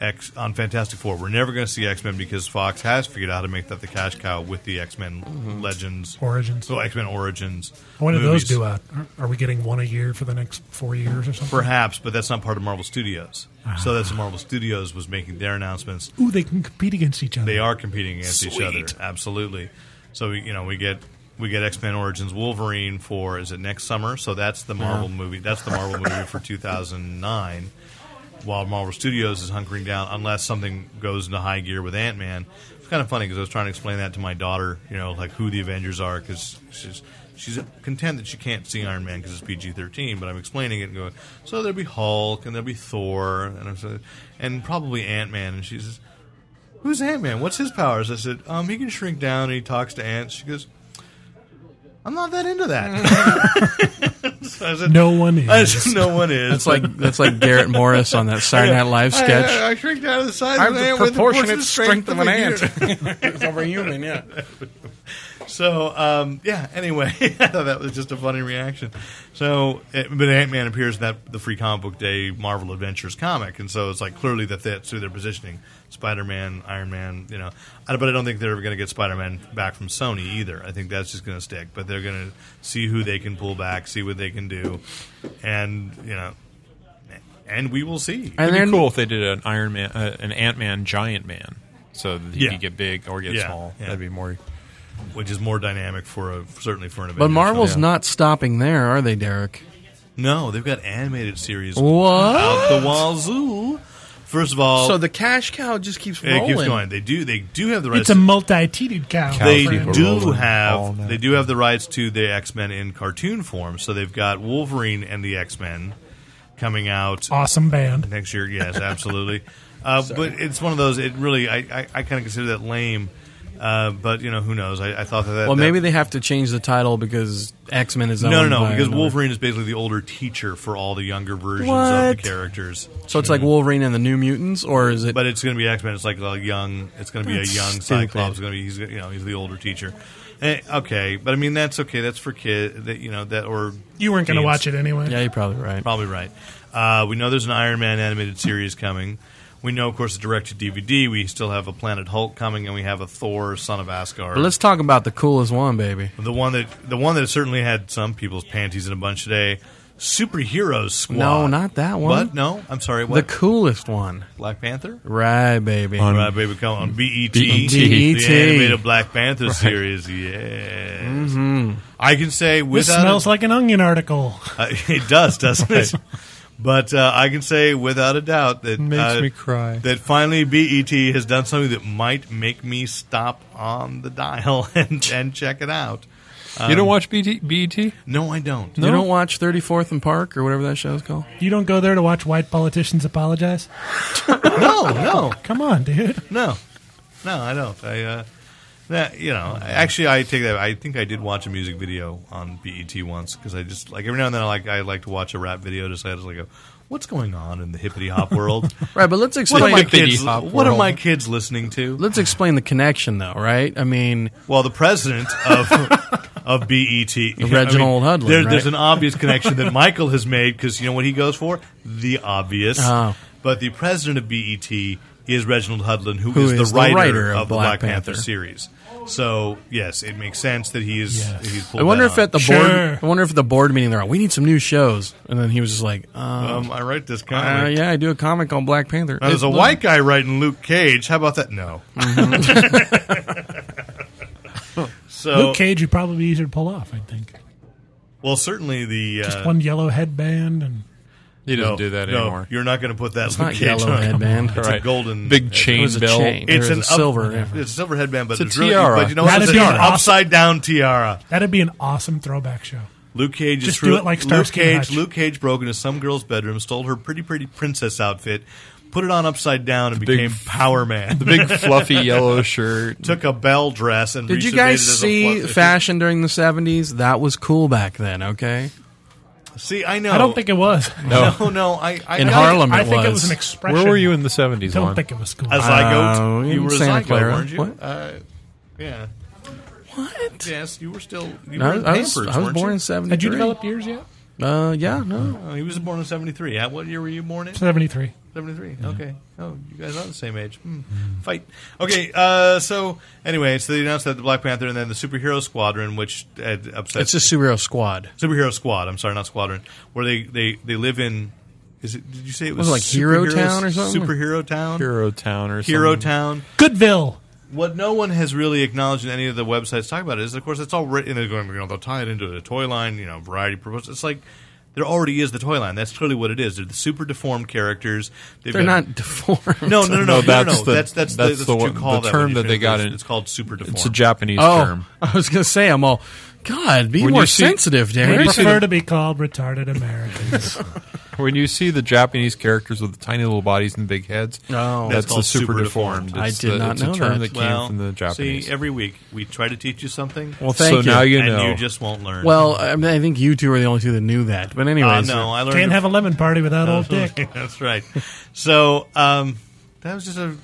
X on Fantastic Four. We're never going to see X Men because Fox has figured out how to make that the cash cow with the X Men Mm-hmm. Legends Origins. So X Men Origins. When do those movies. do out? Are- Are we getting one a year for the next four years or something? Perhaps, but that's not part of Marvel Studios. So that's Marvel Studios was making their announcements. Ooh, they can compete against each other. They are competing against each other, Sweet. absolutely. So we, you know we get we get X Men Origins Wolverine for is it next summer? So that's the Marvel movie. That's the Marvel movie for 2009. While Marvel Studios is hunkering down, unless something goes into high gear with Ant Man. It's kind of funny because I was trying to explain that to my daughter. You know, like who the Avengers are because she's. She's content that she can't see Iron Man because it's PG thirteen, but I'm explaining it and going. So there'll be Hulk and there'll be Thor and I'm so- and probably Ant Man, and she says, who's Ant Man? What's his powers? I said, um, he can shrink down and he talks to ants. She goes, I'm not that into that. So I said, No one is. I said, no one is. That's like that's like Garrett Morris on that Saturday Night Live sketch. I, I, I shrink down to the size I'm of the an ant with the proportionate proportionate strength of an a ant. human. it's overhuman, yeah. So um, yeah. Anyway, I thought that was just a funny reaction. So, it, but Ant Man appears in that the Free Comic Book Day Marvel Adventures comic, and so it's like clearly that that's who they're positioning: Spider Man, Iron Man. You know, I, but I don't think they're ever going to get Spider Man back from Sony either. I think that's just going to stick. But they're going to see who they can pull back, see what they can do, and you know, and we will see. And It'd then- be cool if they did an Iron Man, uh, an Ant Man, Giant Man, so that he Yeah. could get big or get Yeah, small. yeah. That'd be more. Which is more dynamic for a certainly for an event. But Marvel's not stopping there, are they, Derek? No, they've got animated series What? out the wazoo. First of all, So the cash cow just keeps it rolling. keeps going. They do. They do have the rights. It's a multi-teated cow. Cow they People friend. do rolling all have night. they do have the rights to the X Men in cartoon form. So they've got Wolverine and the X Men coming out Awesome band. next year. Yes, absolutely. Uh, but it's one of those. It really, I, I, I kind of consider that lame. Uh, but you know, who knows? I, I thought that. that Well, maybe that, they have to change the title because X Men is no, owned no, no, by because another- Wolverine is basically the older teacher for all the younger versions of the What? characters. So it's like Wolverine and the New Mutants, or is it? But it's going to be X Men. It's like a young. It's going to be a That's young stupid. Cyclops. It's going to be he's you know he's the older teacher. Eh, okay, but I mean that's okay. That's for kid. That you know that or You weren't going to teens. watch it anyway. yeah, you're probably right. Probably right. Uh, we know there's an Iron Man animated series coming. We know, of course, the direct to DVD. We still have a Planet Hulk coming, and we have a Thor, Son of Asgard. But let's talk about the coolest one, baby. the one that the one that certainly had some people's panties in a bunch today. Superheroes Squad. No, not that one. What? No, I'm sorry. The What? coolest one, Black Panther. right, baby? On- Right, baby, come on. BET, BET. the animated Black Panther series. Yes, I can say This without smells a, like an onion article. uh, it does, doesn't it? But uh, I can say without a doubt that Makes uh, me cry. that finally BET has done something that might make me stop on the dial and and check it out. you don't watch BT, BET? E No, I don't. Um, You don't watch Thirty Fourth and Park or whatever that show's called. You don't go there to watch white politicians apologize? No, no, Come on, dude. no, no. I don't. I. Uh, that, you know, actually, I take that. I think I did watch a music video on BET once because I just like every now and then I like I like to watch a rap video just so I just like go, what's going on in the hippity hop world? Right, but let's what are explain. my the- kids? hop What are world. my kids listening to? let's explain the connection, though. Right? I mean, Well, the president of of E BET, Reginald Hudlin, there- right? There's an obvious connection that Michael has made because you know what he goes for the obvious. Oh. But the president of BET is Reginald Hudlin, Who the is the writer, writer of, of the Black Black Panther. Panther. series. So yes, it makes sense that he is. Yes. He's pulled I wonder that if on. at the Sure. board, I wonder if at the board meeting they're like, "We need some new shows," and then he was just like, uh, um, I write this uh, comic. "Yeah, I do a comic on Black Panther." Now, there's a It- white guy writing Luke Cage. How about that? No. Mm-hmm. so Luke Cage would probably be easier to pull off, I think. well, certainly the uh, Just one yellow headband and He doesn't no, do that no, anymore. You're not going to put that It's Luke not Cage yellow on. headband. It's a golden big chain It was a bell. chain. It's There an was a silver. Up, it's a silver headband, but It's a it's really- tiara. but you know what? That'd It's be an an awesome- upside down tiara. that'd be an awesome throwback show. Luke Cage is Just through- do it like Starsky Luke and Cage. Hutch. Luke Cage broke into some girl's bedroom, stole her pretty, pretty princess outfit, put it on upside down, and big- became Power Man. the big fluffy yellow shirt. Took a bell dress and Did you resubmitted guys it as a see fluff- fashion during the seventies? That was cool back then. Okay, See, I know. I don't think it was. No. No, no. I, I In I- Harlem I it think it was. was an expression. Where were you in the seventies? I don't Lon? think it was cool. a zygote. Uh, you were a Santa zygote, Clara. weren't you? What? Uh, yeah. What? Yes, you were still. You No, were in I was, Pampers, I was weren't born you? in seventy. Had you developed yours yet? Uh, yeah, no. Oh, he was born in '73. Yeah, what year were you born in? 73. 73. Mm-hmm. Okay. Oh, you guys are the same age. Hmm. Fight. Okay. Uh, so anyway, so they announced that the Black Panther and then the superhero squadron, which had upset It's a superhero squad. superhero squad. I'm sorry, not squadron. Where they they they live in. Is it? Did you say it was, Was it like Hero superhero- Town or something? Superhero town. Hero Town or Hero something. town. Goodville. What no one has really acknowledged in any of the websites talk about it is, of course, it's all written. They're going, you know, they'll tie it into the toy line, you know, variety proposal. It's like there already is the toy line. That's clearly what it is. They're the super deformed characters. They've They're got- not deformed. No, no, no, no, no, that's no, no. the- that's that's that's the, that's the what you one- call the that when term you that they finish got this. in- It's called super deformed. It's a Japanese Oh, term. I was gonna say I'm all. God, be When more you see- sensitive, They Derek. prefer to be called retarded Americans. When you see the Japanese characters with the tiny little bodies and big heads, Oh. That's that's, the called super, super deformed. deformed. I It's did the- not it's know a term that, that. came well, from the Japanese. See, every week we try to teach you something, Well, thank so you. now you and know. you just won't learn. well, I, mean, I think you two are the only two that knew that. But uh, anyways, no, I learned. Can't have a lemon party without old dick. That's right. So um, that was just a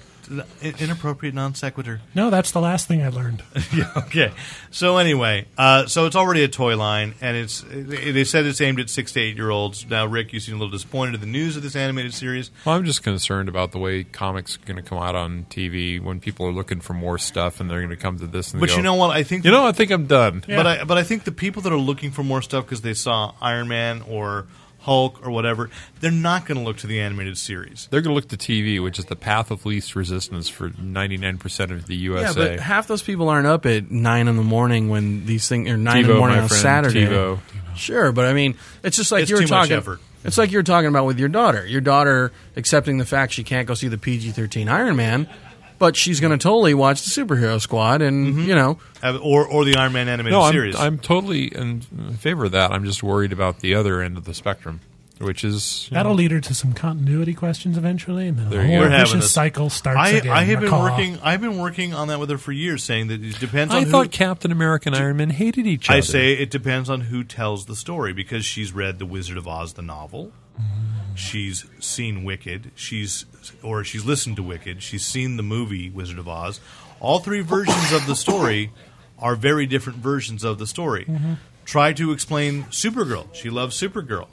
an inappropriate non sequitur. No, that's the last thing I learned. yeah, okay. So anyway, uh, so it's already a toy line, and it's they they said it's aimed at six to eight year olds. Now, Rick, you seem a little disappointed at the news of this animated series. Well, I'm just concerned about the way comics are going to come out on TV when people are looking for more stuff and they're going to come to this. And But go, you know what? I think you know, I think I'm done. But I but I think the people that are looking for more stuff because they saw Iron Man or Hulk, or whatever, they're not going to look to the animated series. They're going to look to TV, which is the path of least resistance for 99% of the Yeah, USA. but half those people aren't up at nine in the morning when these things are nine in the TiVo, morning my on friend, Saturday. TiVo. Sure, but I mean, it's just like It's you were too much talking. effort. It's like you were talking about with your daughter. Your daughter accepting the fact she can't go see the PG thirteen Iron Man, but she's going to totally watch the superhero squad, and you know, Uh, Or, or the Iron Man animated no, I'm, series. I'm totally in favor of that. I'm just worried about the other end of the spectrum, which is you That'll know, lead her to some continuity questions eventually, and then There a you whole go. We're having vicious this. cycle starts I, again. I have been Macaw. working. I've been working on that with her for years, saying that it depends on. I who, thought Captain America and Iron Man hated each other. I say it depends on who tells the story because she's read The Wizard of Oz, the novel. She's seen Wicked. She's or she's listened to Wicked. She's seen the movie Wizard of Oz. All three versions of the story are very different versions of the story. Try to explain Supergirl. She loves Supergirl.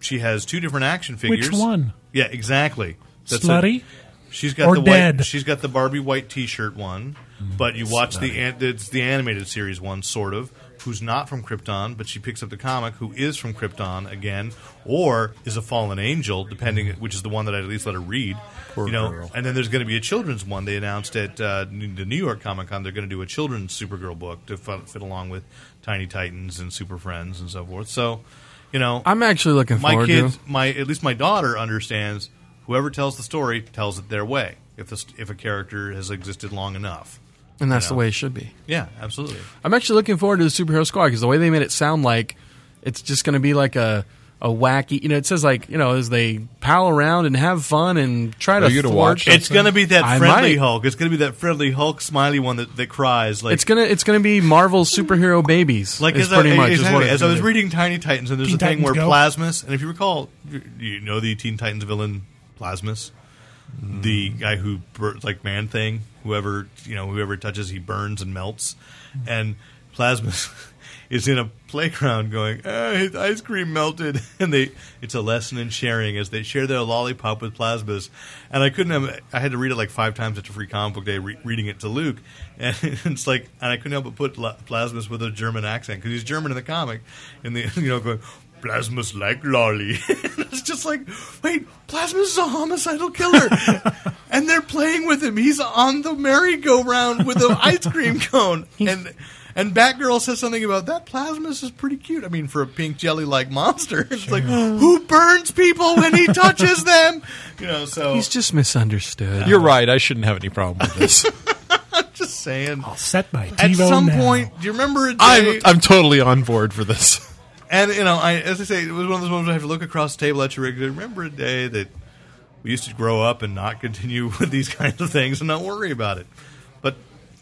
She has two different action figures. Which one? Yeah, exactly. it. Slutty? She's got Or the white. dead. She's got the Barbie white T-shirt one, Mm-hmm. but you watch the an, it's the animated series one, sort of. Who's not from Krypton, but she picks up the comic. Who is from Krypton again, or is a fallen angel, depending, which is the one that I at least let her read. Mm-hmm. Poor you know, girl. and then there's going to be a children's one. They announced at uh, New- the New York Comic Con they're going to do a children's Supergirl book to fit, fit along with Tiny Titans and Super Friends and so forth. So, you know, I'm actually looking my forward kids, to. my at least my daughter understands. Whoever tells the story tells it their way. If this, if a character has existed long enough, And that's you the know. way it should be. yeah, absolutely. I'm actually looking forward to the superhero squad because the way they made it sound like it's just going to be like a a wacky. You know, it says like you know as they pal around and have fun and try to. you gonna thwart- watch It's going to be that I friendly might. Hulk. It's going to be that friendly Hulk smiley one that, that cries like It's gonna it's gonna be Marvel superhero babies. like is as, pretty I, much exactly, is what it's as I gonna was be. reading Tiny Titans and there's Teen a thing Titans where Go. Plasmus and if you recall, you, you know the Teen Titans villain Plasmus, the guy who bur- like man thing. Whoever you know, whoever touches, he burns and melts. And Plasmus is in a playground going, ah, his ice cream melted, and they it's a lesson in sharing as they share their lollipop with Plasmus. And I couldn't, have, I had to read it like five times at a free comic book day, re- reading it to Luke, and it's like, and I couldn't help but put La- Plasmus with a German accent because he's German in the comic, and the you know going. Plasmus like lolly. it's just like, wait, Plasmus is a homicidal killer. and they're playing with him. He's on the merry-go-round with an ice cream cone. And and Batgirl says something about that Plasmus is pretty cute. I mean, for a pink jelly-like monster. It's like, who burns people when he touches them? You know, so He's just misunderstood. You're right. I shouldn't have any problem with this. just saying. Set by TiVo At some now. point, do you remember a day, I'm, I'm totally on board for this. And you know, I as I say, it was one of those moments where I have to look across the table at you regularly. Remember a day that we used to grow up and not continue with these kinds of things and not worry about it. But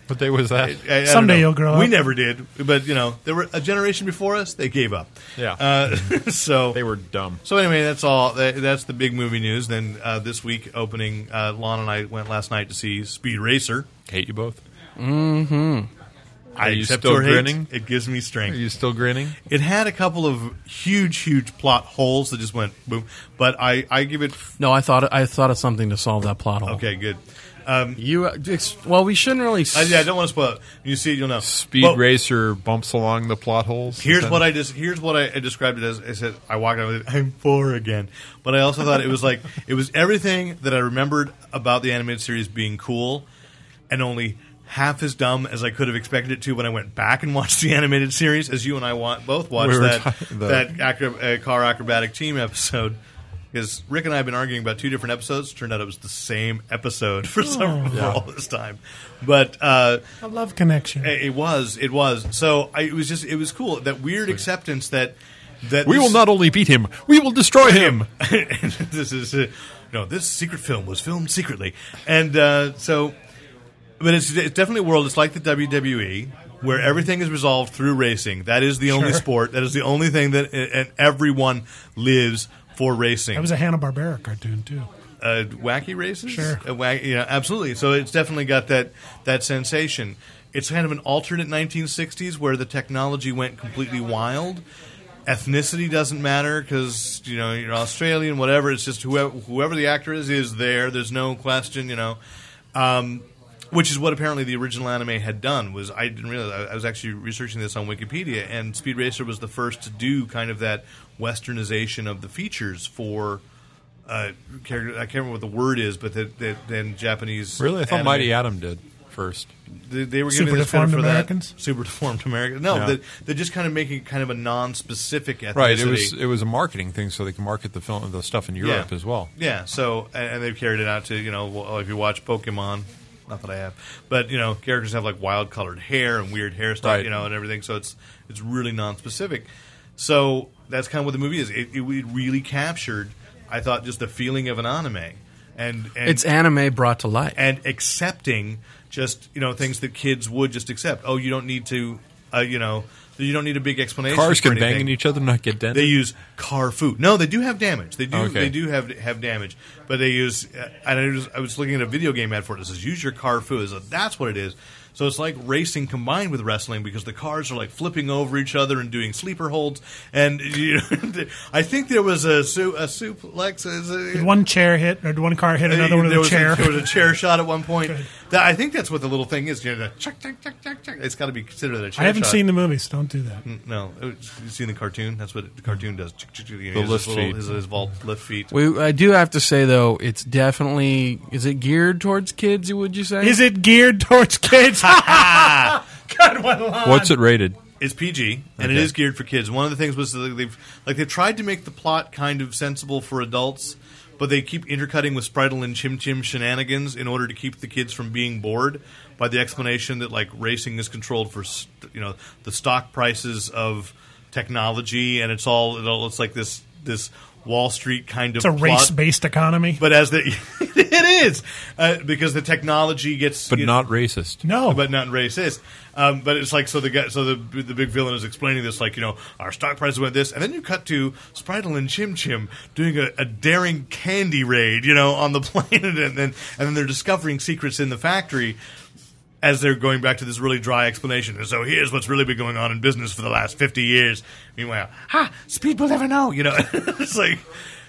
What day was that? I- I don't Someday know. you'll grow We up. never did, but you know, there were a generation before us. They gave up. Yeah. Uh, so They were dumb. so anyway, that's all. That, that's the big movie news. Then uh, this week opening, uh, Lon and I went last night to see Speed Racer. Hate you both. Mm-hmm. I you accept still your hate. grinning? It gives me Are strength. you still grinning? It had a couple of huge, huge plot holes that just went boom. But I, I give it No, I thought I thought of something to solve that plot hole. okay, good. Um, You uh, ex- well, we shouldn't really. s- I, yeah, I don't want to spoil. it. You see it, you'll know. Speed But Racer bumps along the plot holes. Here's what I just. Here's what I, I described it as. I said I walked out with it. I'm four again, but I also thought it was like it was everything that I remembered about the animated series being cool, and only half as dumb as I could have expected it to when I went back and watched the animated series. As you and I wa- both watched We were that talking- the- that acro- uh, car acrobatic team episode. Because Rick and I have been arguing about two different episodes. Turned out it was the same episode Oh. for some for all this time, but. Uh, I love connection. it it was. It was. So I, it was just. It was cool. That weird acceptance that that We will this- not only beat him, we will destroy him. this is. Uh, no, this secret film was filmed secretly, and uh, so. But it's, it's definitely a world. It's like the WWE, where everything is resolved through racing. That is the only sport. That is the only thing that and everyone lives for racing That was a Hanna Barbera cartoon too. uh, wacky races. Sure. Uh, wacky, you know, absolutely. So it's definitely got that that sensation. It's kind of an alternate 1960s where the technology went completely wild. Ethnicity doesn't matter because you know you're Australian, whatever. It's just whoever whoever the actor is is there. There's no question. You know, um, which is what apparently the original anime had done was i didn't realize i, I was actually researching this on wikipedia and speed racer was the first to do kind of that westernization of the features for uh, character, I can't remember what the word is, but that that then Japanese Really, I thought anime- Mighty Adam did first. they, they were Super giving this credit deformed for Americans? that super deformed Americans. No, Yeah. that they're just kind of making kind of a non-specific ethnicity. Right. It was it was a marketing thing, so they can market the film, the stuff in Europe as well. Yeah. So and, and they've carried it out to you know well, if you watch Pokemon, not that I have, but you know characters have like wild colored hair and weird hairstyles, Right. you know, and everything. So it's it's really non-specific. So that's kind of what the movie is. It, it, it really captured, I thought, just the feeling of an anime. And, and It's anime brought to life. and accepting just you know things that kids would just accept. Oh, you don't need to, uh, you know, you don't need a big explanation. Cars for can bang anything. in each other, and not get They dented. use car food. No, they do have damage. They do. Okay. They do have have damage. But they use. uh, And I was, I was looking at a video game ad for it. It says use your car food. So that's what it is. So it's like racing combined with wrestling because the cars are like flipping over each other and doing sleeper holds. And you know, I think there was a, su- a suplex. is it- Did one chair hit, or did one car hit another one there with a was chair? there was a chair shot at one point. That, I think that's what the little thing is. You know, the chuck, chuck, chuck, chuck, chuck. It's got to be considered a Hmm. chair I haven't shot. seen the movies. Don't do that. No, it was- you seen the cartoon? That's what the cartoon does. Chuck, chuck, chuck, you know, The his lift little- feet. His, his vault lift feet. We, I do have to say though, it's definitely is it geared towards kids? Would you say? Is it geared towards kids? God, what a line. What's it rated? It's PG, and it Okay. is geared for kids. One of the things was that they've like they've tried to make the plot kind of sensible for adults, but they keep intercutting with Spritel and Chim Chim shenanigans in order to keep the kids from being bored by the explanation that like racing is controlled for st- you know the stock prices of technology, and it's all it all it's like this this Wall Street kind of It's a plot. race-based economy. But as the it is uh, because the technology gets But you- not racist. no, but not racist. Um, but it's like so the guy, so the the big villain is explaining this like you know our stock price went this, and then you cut to Spritel and Chim Chim doing a, a daring candy raid, you know, on the planet, and then and then they're discovering secrets in the factory. As they're going back to this really dry explanation, and so here's what's really been going on in business for the last fifty years. Meanwhile, ha, speed will never know. You know, it's like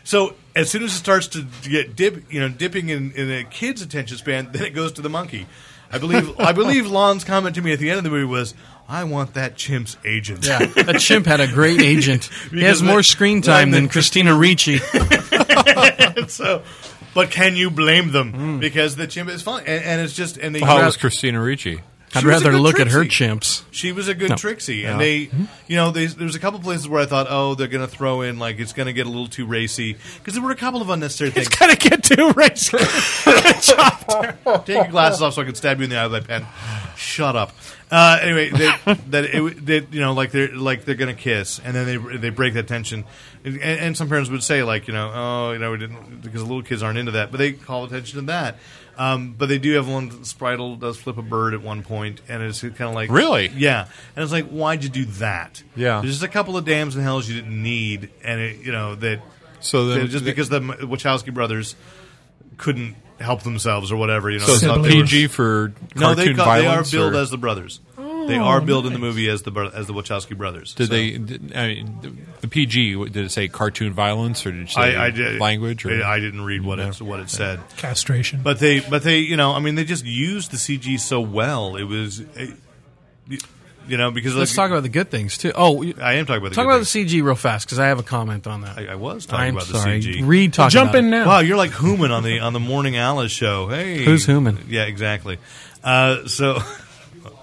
so. As soon as it starts to get dip, you know, dipping in, in a kid's attention span, then it goes to the monkey. I believe I believe Lon's comment to me at the end of the movie was, "I want that chimp's agent." Yeah, that chimp had a great agent. he Because has more the- screen time than than Christina Ricci. so, but can you blame them? Mm. Because the chimp is fun, and, and it's just and they. How was Christina Ricci? I'd She was a rather good look at her Trixie. chimps. She was a good No. Trixie, and they, you know, they, there was a couple places where I thought, oh, they're going to throw in like it's going to get a little too racy because there were a couple of unnecessary things. it's gonna get too race. Take your glasses off so I can stab you in the eye with my pen. Shut up. Uh, anyway, they, that it, they, you know, like they're like they're gonna kiss, and then they they break that tension. And, and some parents would say like, you know, oh, you know, we didn't because little kids aren't into that, but they call attention to that. Um, but they do have one. Spritel does flip a bird at one point, and it's kind of like Really? yeah. And it's like, why'd you do that? Yeah. there's just a couple of dams and hells you didn't need, and it, you know that. So then- that just because the Wachowski brothers couldn't help themselves or whatever, you know, So it's they thought not they were- PG for cartoon no, they ca- they are violence. billed or- as the brothers. Oh. they are billed in the movie as the bro- as the Wachowski brothers. Did So- they? Did, I mean, the- the PG what- did it say cartoon violence or did it say I, I did, language? Or, I didn't read what it what it said. Castration. But they but they you know I mean they just used the CG so well. It was. It, you know, because Let's like, talk about the good things too. Oh, you- I am talking about the talk good about things. the CG real fast because I have a comment on that. I, I was talking I'm about sorry. the CG. Reed, talk. Jump about in it. now. Wow, you're like Hooman on the on the Morning Alice show. Hey, Who's Hooman? Yeah, exactly. Uh, so,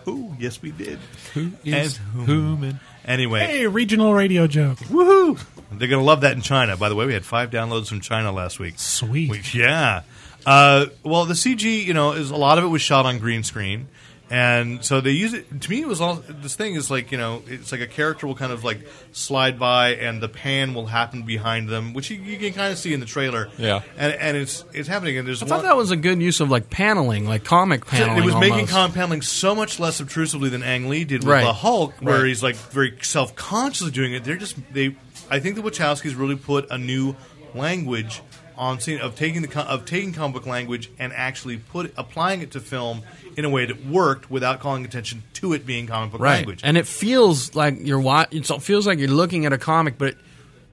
oh yes, we did. Who is Hooman? Anyway, hey, regional radio joke. Woohoo! They're going to love that in China. By the way, we had five downloads from China last week. Sweet. We- yeah. Uh, well, the CG, you know, is a lot of it was shot on green screen. And so they use it. To me, it was all this thing is like you know, it's like a character will kind of like slide by, and the pan will happen behind them, which you, you can kind of see in the trailer. Yeah. and and it's it's happening. And there's I thought that was a good use of like paneling, like comic paneling. it was making almost. compounding so much less obtrusively than Ang Lee did with Right. the Hulk, where Right. he's like very self consciously doing it. They're just they. I think the Wachowskis really put a new language on scene of taking the co- of taking comic book language and actually put applying it to film in a way that worked without calling attention to it being comic book right, language. and it feels like you're wa- it's- It feels like you're looking at a comic, but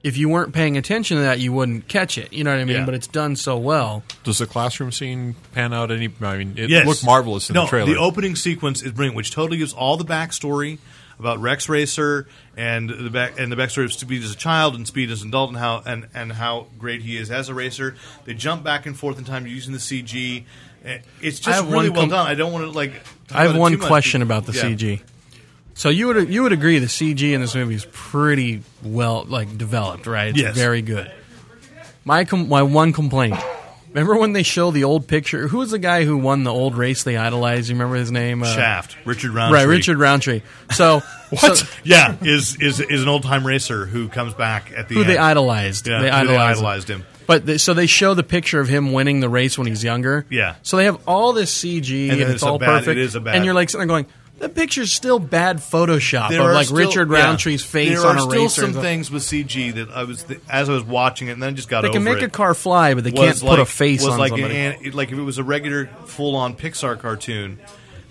if you weren't paying attention to that, you wouldn't catch it. You know what I mean? Yeah. But it's done so well. Does the classroom scene pan out any? I mean, it Yes. looked marvelous in no, the trailer. opening sequence is brilliant, which totally gives all the backstory about Rex Racer and the back and the backstory of Speed as a child and Speed as an adult and how and, and how great he is as a racer. They jump back and forth in time using the CG. Eh, It's just have really one well com- done. I don't want to like. talk I about have it one too much, question but- about the yeah. CG. So you would you would agree the CG in this movie is pretty well like developed, right? It's Yes. very good. My com- my one complaint. Remember when they show the old picture? Who was the guy who won the old race they idolized? You remember his name? Uh, Shaft, Richard Roundtree. Right, Richard Roundtree. So What? so- yeah, is is is an old time racer who comes back at the who end. they idolized. Yeah, they who they idolized, idolized him. But they, so they show the picture of him winning the race when he's younger. Yeah. So they have all this CG and, then it's, it's a all bad- perfect. it is a bad- And you're like sitting there going, the picture's still bad Photoshop There of are like still- Richard yeah. Roundtree's face there on are a still racer. some things with CG that I was th- as I was watching it, and then I just got They over can make it. a car fly, but they was can't put a face was on like somebody. An, it- like if it was a regular full on Pixar cartoon,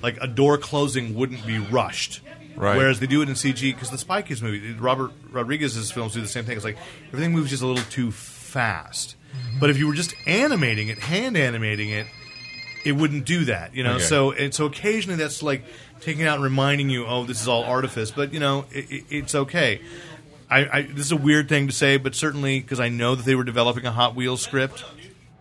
like a door closing wouldn't be rushed. Right. Whereas they do it in CG because the Spy Kids movie, Robert Rodriguez's films do the same thing. It's like everything moves just a little too fast. Mm-hmm. But if you were just animating it, hand animating it, it wouldn't do that. You know. Okay. So and so occasionally that's like taking it out and reminding you, oh, this is all artifice. But you know, it, it, it's okay. I, I, this is a weird thing to say, but certainly because I know that they were developing a Hot Wheels script.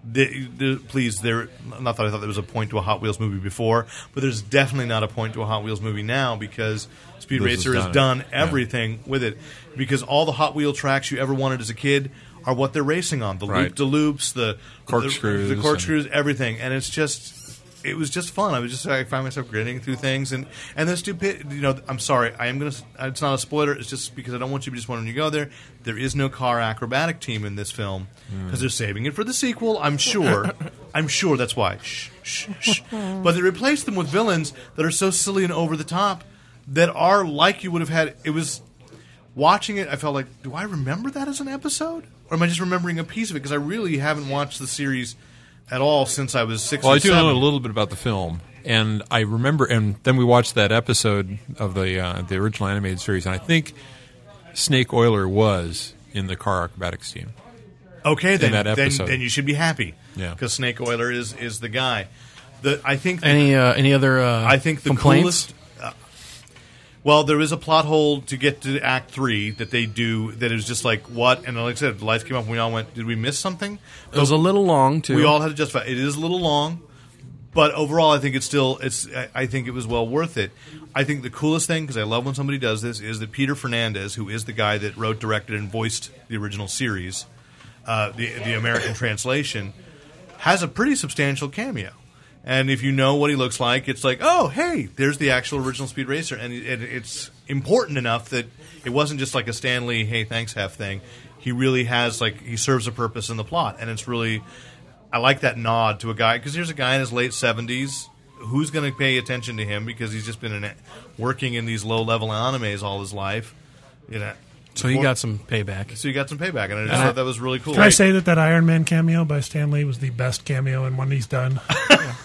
The, the, please, there. Not that I thought there was a point to a Hot Wheels movie before, but there's definitely not a point to a Hot Wheels movie now because Speed This Racer has has done done it. Yeah. everything with it. Because all the Hot Wheel tracks you ever wanted as a kid are what they're racing on: the Right. loop de loops, the Corkscrews the, and- the corkscrews, everything. And it's just, it was just fun. I was just, I find myself grinning through things, and and the stupid. You know, I'm sorry. I am gonna. It's not a spoiler. It's just because I don't want you to just want when you go there. There is no car acrobatic team in this film Hmm. because they're saving it for the sequel. I'm sure. I'm sure that's why. Shh, shh, shh. But they replaced them with villains that are so silly and over the top that are like you would have had. It was watching it, I felt like, do I remember that as an episode, or am I just remembering a piece of it? Because I really haven't watched the series at all since I was six. Well, or I do seven. know a little bit about the film, and I remember. And then we watched that episode of the uh, the original animated series, and I think Snake Oiler was in the car acrobatics team. Okay, then, that then episode. then you should be happy. Yeah. because Snake Oiler is is the guy. The I think the, any uh, any other? Uh, I think the complaints? coolest. uh, well, there is a plot hole to get to Act Three that they do that is just like what, and like I said, the lights came up and we all went, did we miss something? It was a little long too. We all had to justify. It is a little long, but overall, I think it's still. It's. I- I think it was well worth it. I think the coolest thing, because I love when somebody does this, is that Peter Fernandez, who is the guy that wrote, directed, and voiced the original series, uh, the the American translation, has a pretty substantial cameo. And if you know what he looks like, it's like, oh, hey, there's the actual original Speed Racer, and it, it's important enough that it wasn't just like a Stanley, hey, thanks, half thing. He really has like he serves a purpose in the plot, and it's really I like that nod to a guy because here's a guy in his late seventies. Who's going to pay attention to him because he's just been in, working in these low level animes all his life, you know? so he got some payback. so he got some payback, and I just thought that was really cool. Can I say that that Iron Man cameo by Stan Lee was the best cameo and one he's done?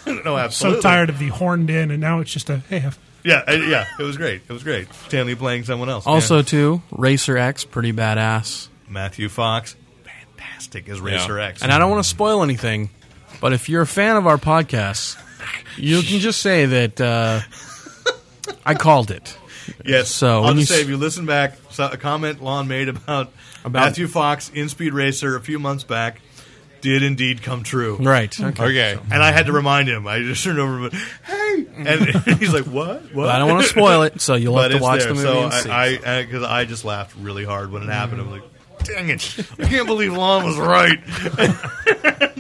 no, so absolutely. tired of the horned in, and now it's just a hey, have- Yeah, I- yeah, it was great. It was great. Stanley playing someone else. Also, Yeah. too, Racer X, pretty badass. Matthew Fox, fantastic as Racer Yeah. X. And I don't want to spoil anything, but if you're a fan of our podcast, you can just say that uh, I called it. yes, so I'll when just you say s- if you listen back, so a comment Lon made about, About- Matthew Fox in Speed Racer a few months back did indeed come true. Right. Okay. Okay, And I had to remind him. I just turned over, and went, hey, and he's like, "What? What?" But I don't want to spoil it, so you'll But have to it's watch there. the movie So and see. Mm-hmm. I, I, because I just laughed really hard when it happened. I'm like, "Dang it! I can't believe Lon was right."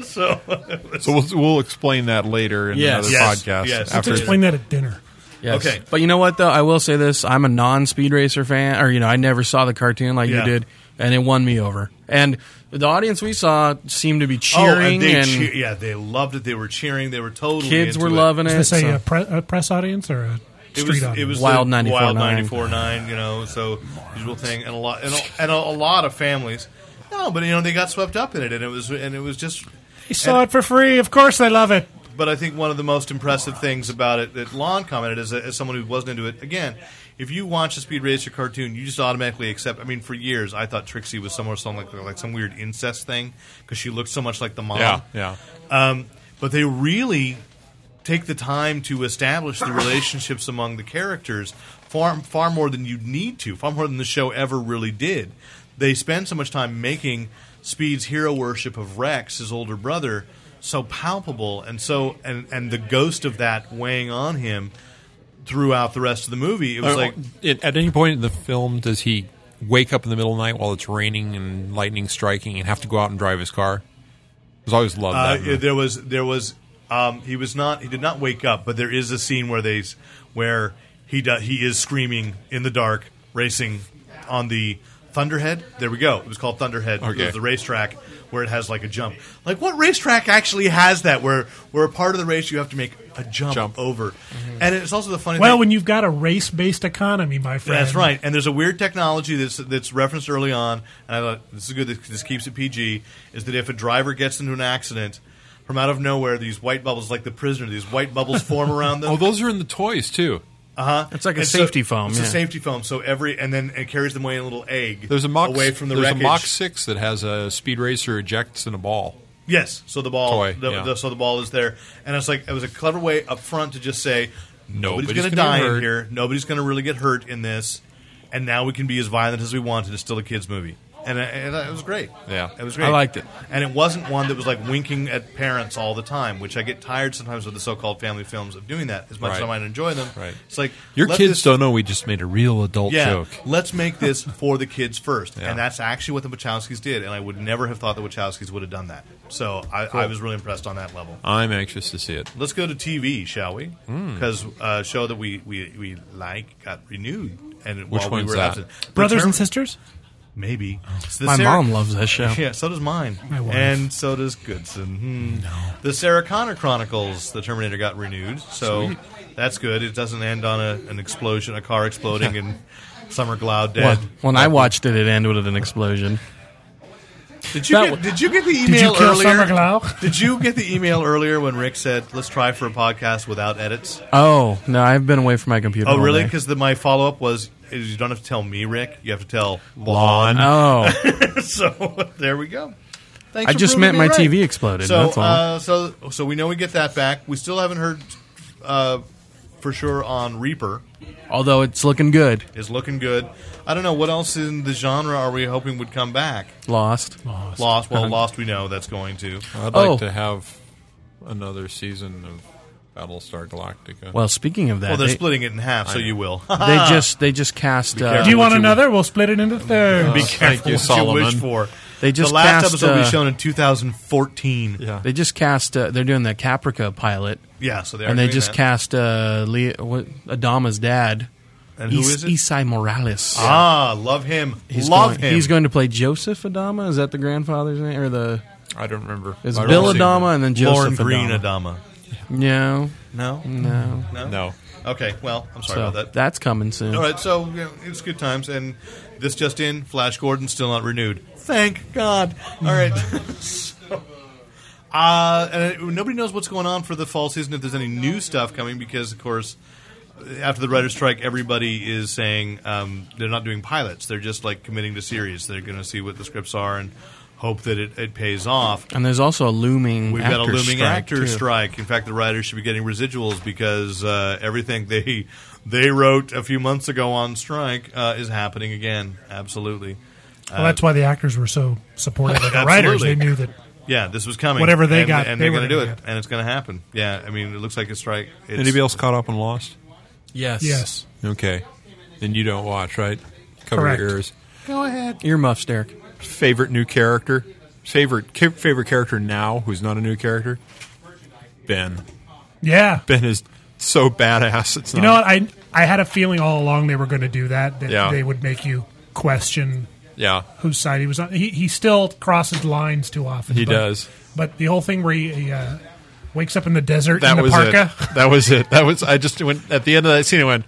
so oh, so we'll, we'll explain that later in Yes. another Yes. podcast. Yes. Let's let's explain that at dinner. Yes. Okay. But you know what, though? I will say this. I'm a non Speed Racer fan, or, you know, I never saw the cartoon like Yeah. you did, and it won me over. And the audience we saw seemed to be cheering, oh, and, they and cheer- yeah, they loved it. They were cheering. They were totally kids were into it. loving it. Is this so- a, pre- a press audience or a It street was audience? it was Wild the 94.9. wild ninety four nine. You know, so usual thing, and a lot and a, and a, a lot of families. No, but you know they got swept up in it, and it was and it was just they saw it for free. Of course, they love it. but I think one of the most impressive things about it that Lon commented as, a, as someone who wasn't into it again if you watch a Speed Racer cartoon, you just automatically accept. I mean, for years, I thought Trixie was somewhere, some like like some weird incest thing because she looked so much like the mom. Yeah, yeah. Um, but they really take the time to establish the relationships among the characters far far more than you need to, far more than the show ever really did. They spend so much time making Speed's hero worship of Rex, his older brother, so palpable and so and and the ghost of that weighing on him throughout the rest of the movie. It was Uh, like it- at any point in the film, does he wake up in the middle of the night while it's raining and lightning striking and have to go out and drive his car? Because I always loved Uh, that. there was there was um, he was not he did not wake up, but there is a scene where they s- where he do, he is screaming in the dark, racing on the Thunderhead. There we go. It was called Thunderhead. It Okay. was the racetrack where it has like a jump. Like what racetrack actually has that? Where where a part of the race you have to make a jump, Jump. Mm-hmm. over, and it's also the funny. Well, thing, when you've got a race based economy, my friend. that's right. And there's a weird technology that's that's referenced early on, and I thought this is good. This, this keeps it PG. Is that if a driver gets into an accident from out of nowhere, these white bubbles, like the prisoner, these white bubbles form around them. oh, those are in the toys too. It's like a And so- safety foam. It's yeah. a safety foam. So every and then it carries them away in a little egg. There's a Mach away from the there's wreckage. a Mach six that has a speed racer ejects in a ball. Yes. So the ball. Toy, the, yeah. the- so the ball is there, and it's like it was a clever way up front to just say nobody's, Nobody's going to gonna die be in hurt. here. Nobody's going to really get hurt in this, and now we can be as violent as we want, and it's still a kids' movie. And it, and uh, it was great. Yeah. it was great. I liked it. and it wasn't one that was like winking at parents all the time, which I get tired sometimes with the so-called family films of doing that. As much as I Right. might enjoy them, Right. It's like Your let kids this- don't know we just made a real adult yeah, joke. let's make this for the kids first. Yeah. And that's actually what the Wachowskis did. And I would never have thought the Wachowskis would have done that. So I, I was really impressed on that level. I'm anxious to see it. Let's go to TV, shall we? Hmm. Because uh, show that we, we, we like got renewed. And Which while we one's were that? absent. Brothers Return- and Oh, sisters? Maybe. It's the My Sarah- mom loves that show. Yeah, so does mine. My wife. And so does Goodson. Hmm. The Sarah Connor Chronicles, the Terminator got renewed. So that's good. It doesn't end on a, an explosion, a car exploding, and Summer Gloud dead. Well, when I watched it, it ended with an explosion. Did you That get, w- did you get the Did email you kill earlier? Summer Glau? Did you get the email earlier when Rick said, "Let's try for a podcast without edits"? Oh no, I've been away from my computer. Oh, all really? day. Because my follow up was, is "You don't have to tell me, Rick. You have to tell." Lawn. Oh, so there we go. Thanks I for just proving meant my me right. TV exploded. So, that's all. Uh, so, so we know we get that back. We still haven't heard uh, for sure on Reaper. Although it's looking good. Is looking good. I don't know what else in the genre are we hoping would come back. Lost. Lost. Well, Uh-huh. Lost. We know that's going to. I'd Oh. like to have another season of Battlestar Galactica. Well, speaking of that, Well, they're they, splitting it in half, so you will. they just they just cast. careful. Uh, Do you want you- another? We'll split it into Be thirds. careful Thank you, what Solomon. you wish for. They just the last cast, episode will be uh, shown in 2014. Yeah, They just cast. Uh, they're doing the Caprica pilot, so they are and they doing just that. cast uh, Le- what, Adama's dad, And who is Is- it? Isai Morales. Ah, love him. He's love going, him. He's going to play Joseph Adama. Is that the grandfather's name or the? I don't remember. Is I don't Bill see- Adama and then Lauren Joseph Green uh, Adama? Adama. No, No, no. no, No. Okay, well, I'm sorry so about that. that's coming soon. All right, so you know, it's good times, and this just in: Flash Gordon still not renewed. Thank God. All right. So, Uh, and uh, nobody knows what's going on for the fall season. If there's any new stuff coming, because of course, after the writer's strike, everybody is saying um, they're not doing pilots. They're just like committing to series. They're going to see what the scripts are and hope that it, it pays off. And there's also a looming. We've got a actor looming strike, actor too. strike. In fact, the writers should be getting residuals because uh, everything they they wrote a few months ago on strike uh, is happening again. Absolutely. Well, that's why the actors were so supportive of the Absolutely. writers. They knew that. Yeah, this was coming. Whatever they and, got, and they they're were going to do it, gonna get. and it's going to happen. Yeah, I mean, it looks like a strike. It's, Anybody else caught up on Lost? Yes. Yes. Okay. Then you don't watch, right? Cover Correct. your ears. Earmuffs, Derek. Favorite new character? Favorite ca- favorite character now who's not a new character? Ben. Yeah. Ben is so badass. It's You not know what? I I had a feeling all along they were going to do that. That Yeah. they would make you question Yeah. whose side he was on. He, he still crosses lines too often. He but- does. But the whole thing where he, he, uh, wakes up in the desert in That the was parka. it. That was it. That was I just went at the end of that scene I went,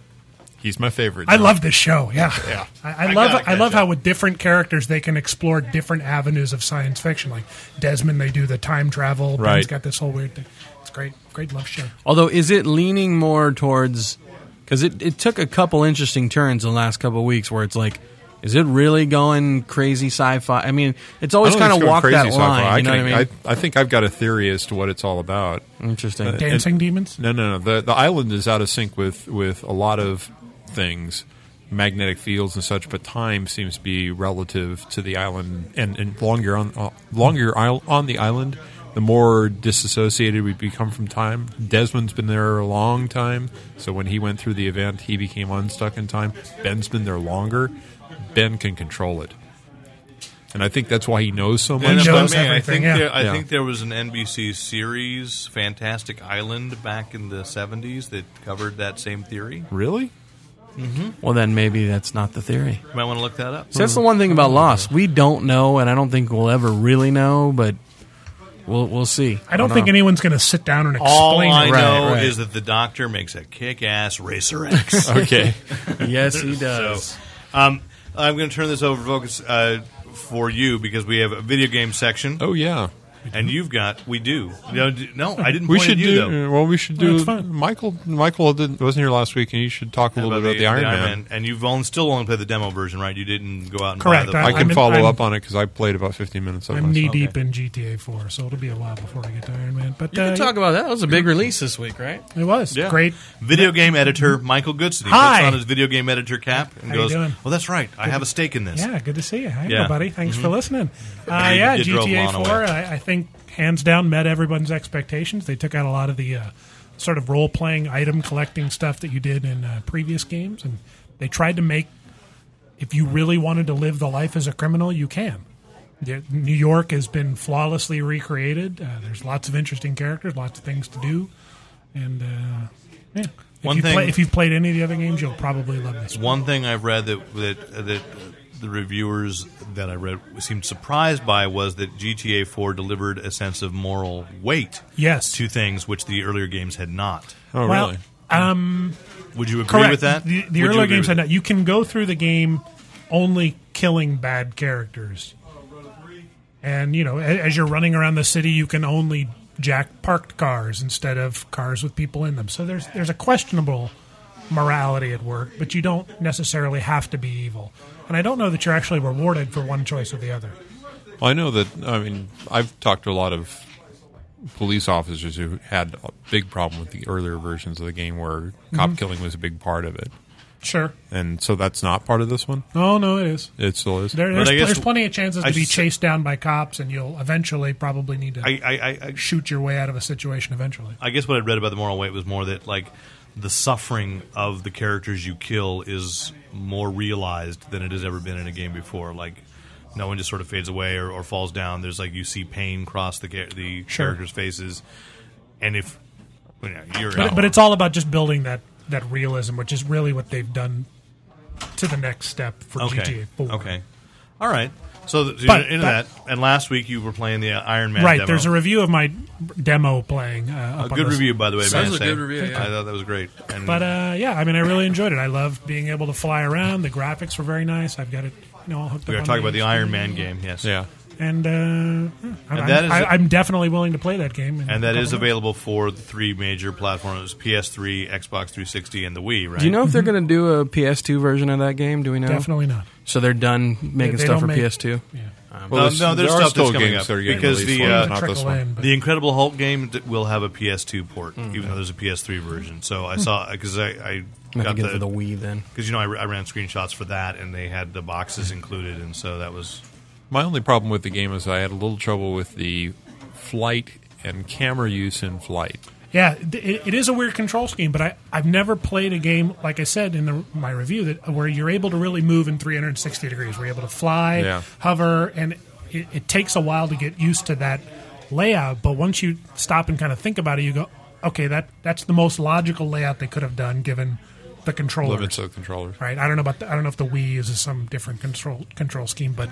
He's my favorite. I now." love this show. Yeah, Yeah. I, I, I love gotta I love catch how up. with different characters they can explore different avenues of science fiction. Like Desmond, they do the time travel. Ben's Right. got this whole weird thing. It's great, great love show. Although, is it leaning more towards because it, it took a couple interesting turns in the last couple of weeks where it's like, is it really going crazy sci-fi? I mean, it's always I don't kind think of it's going walked crazy that sci-fi. line. I, you know can- what I mean? I, I think I've got a theory as to what it's all about. Interesting. Dancing demons? No, no, no. The the island is out of sync with with a lot of things, magnetic fields and such. But time seems to be relative to the island, and and longer on uh, longer isle- on the island, the more disassociated we become from time. Desmond's been there a long time, so when he went through the event, he became unstuck in time. Ben's been there longer. Ben can control it, and I think that's why he knows so much. And if I knows may, I everything, think yeah. there, I Yeah. think there was an NBC series, Fantastic Island, back in the '70s that covered that same theory. Really? well, then maybe that's not the theory. You might want to look that up. So that's the Hmm. one thing about Lost. We don't know, and I don't think we'll ever really know, but we'll we'll see. I don't think know. anyone's going to sit down and explain All I it. Right, know right. is that the Doctor makes a kick-ass Racer X. Okay. Yes, he so, does. um, I'm going to turn this over, focus uh, for you because we have a video game section, oh yeah. and you've got we do. No, d- no I didn't. We point at should you, do though. uh, well. We should do. That's fine. Michael Michael didn't, wasn't here last week, and you should talk a little bit about the, Iron, Man. And you've only, still only played the demo version, right? You didn't go out and Correct. buy I the can I'm in- follow I'm- up on it because I played about 15 minutes of it I'm knee myself. deep in GTA 4, so it'll be a while before I get to Iron Man. But You uh, can talk about that. That was a big release this week, right? it was Yeah. great. video game editor Michael Goodson. He Hi. puts on his video game editor cap and How you goes, doing? "Well, that's right. I have a stake in this." Yeah, good to see you. Hey, Yeah. Mm-hmm. buddy. Thanks for listening. Uh, You- yeah, you drove GTA Lana 4, away. I, I think hands down met everyone's expectations. They took out a lot of the uh, sort of role playing, item collecting stuff that you did in uh, previous games, and they tried to make if you really wanted to live the life as a criminal, you can. Yeah, New York has been flawlessly recreated. Uh, there's lots of interesting characters, lots of things to do, and uh, yeah. If One you thing- play, if you've played any of the other games, you'll probably love this. One thing I've read that that that the reviewers that I read seemed surprised by was that GTA 4 delivered a sense of moral weight Yes. to things which the earlier games had not. Oh Well, um, really? Would you agree Correct. with that? The, the Would you earlier agree games with had that. You can go through the game only killing bad characters, and you know, a- as you're running around the city, you can only jack parked cars instead of cars with people in them. So there's there's a questionable morality at work, but you don't necessarily have to be evil. And I don't know that you're actually rewarded for one choice or the other. Well, I know that. I mean, I've talked to a lot of police officers who had a big problem with the earlier versions of the game, where Mm-hmm. cop killing was a big part of it, Sure. and so that's not part of this one. Oh no, it is. It still is. There, But there's, I guess- there's plenty of chances I to be s- chased down by cops, and you'll eventually probably need to I, I, I, I- shoot your way out of a situation eventually. I guess what I'd read about the moral weight was more that like the suffering of the characters you kill is more realized than it has ever been in a game before. Like no one just sort of fades away or, or falls down. There's like you see pain cross the cha- the Sure. characters' faces, and if you know, you're But, but it's all about just building that that realism, which is really what they've done to the next step for okay. GTA 4. Okay, all right. So th- But- into but- that, and last week you were playing the Iron Man. Right, demo. there's a review of my demo playing. Uh, A up on good this. review, by the way. may I was a say. good review, yeah. I thought that was great. And But uh, yeah, I mean, I really enjoyed it. I loved being able to fly around. The graphics were very nice. I've got it, you know, all hooked we up. are on talking about the HD. Iron Man game. Yes. yeah. And, uh, I'm, that is I, a- I'm definitely willing to play that game. in And that a couple is months. available for the three major platforms: PS3, Xbox 360, and the Wii. Right? Do you know if they're going to do a PS2 version of that game? Do we know? Definitely not. So they're done making they don't stuff for make- PS2. no, there's- no, there's there are stuff still that's coming games up that are getting because released the, for it, uh, not this Trickle one. in, but- the Incredible Hulk game d- will have a PS2 port, Hmm. even though there's a PS3 version. So Hmm. I saw because I, I Might got get it for the the Wii then. because you know I, I ran screenshots for that, and they had the boxes included, and so that was My only problem with the game is I had a little trouble with the flight and camera use in flight. Yeah, th- it, it is a weird control scheme, but I, I've never played a game like I said in the, my review that where you're able to really move in 360 degrees. We're able to fly, Yeah. hover, and it, it takes a while to get used to that layout. But once you stop and kind of think about it, you go, okay, that that's the most logical layout they could have done given the controller. Limits of controllers. Right? I don't know about the, I don't know if the Wii uses some different control control scheme, but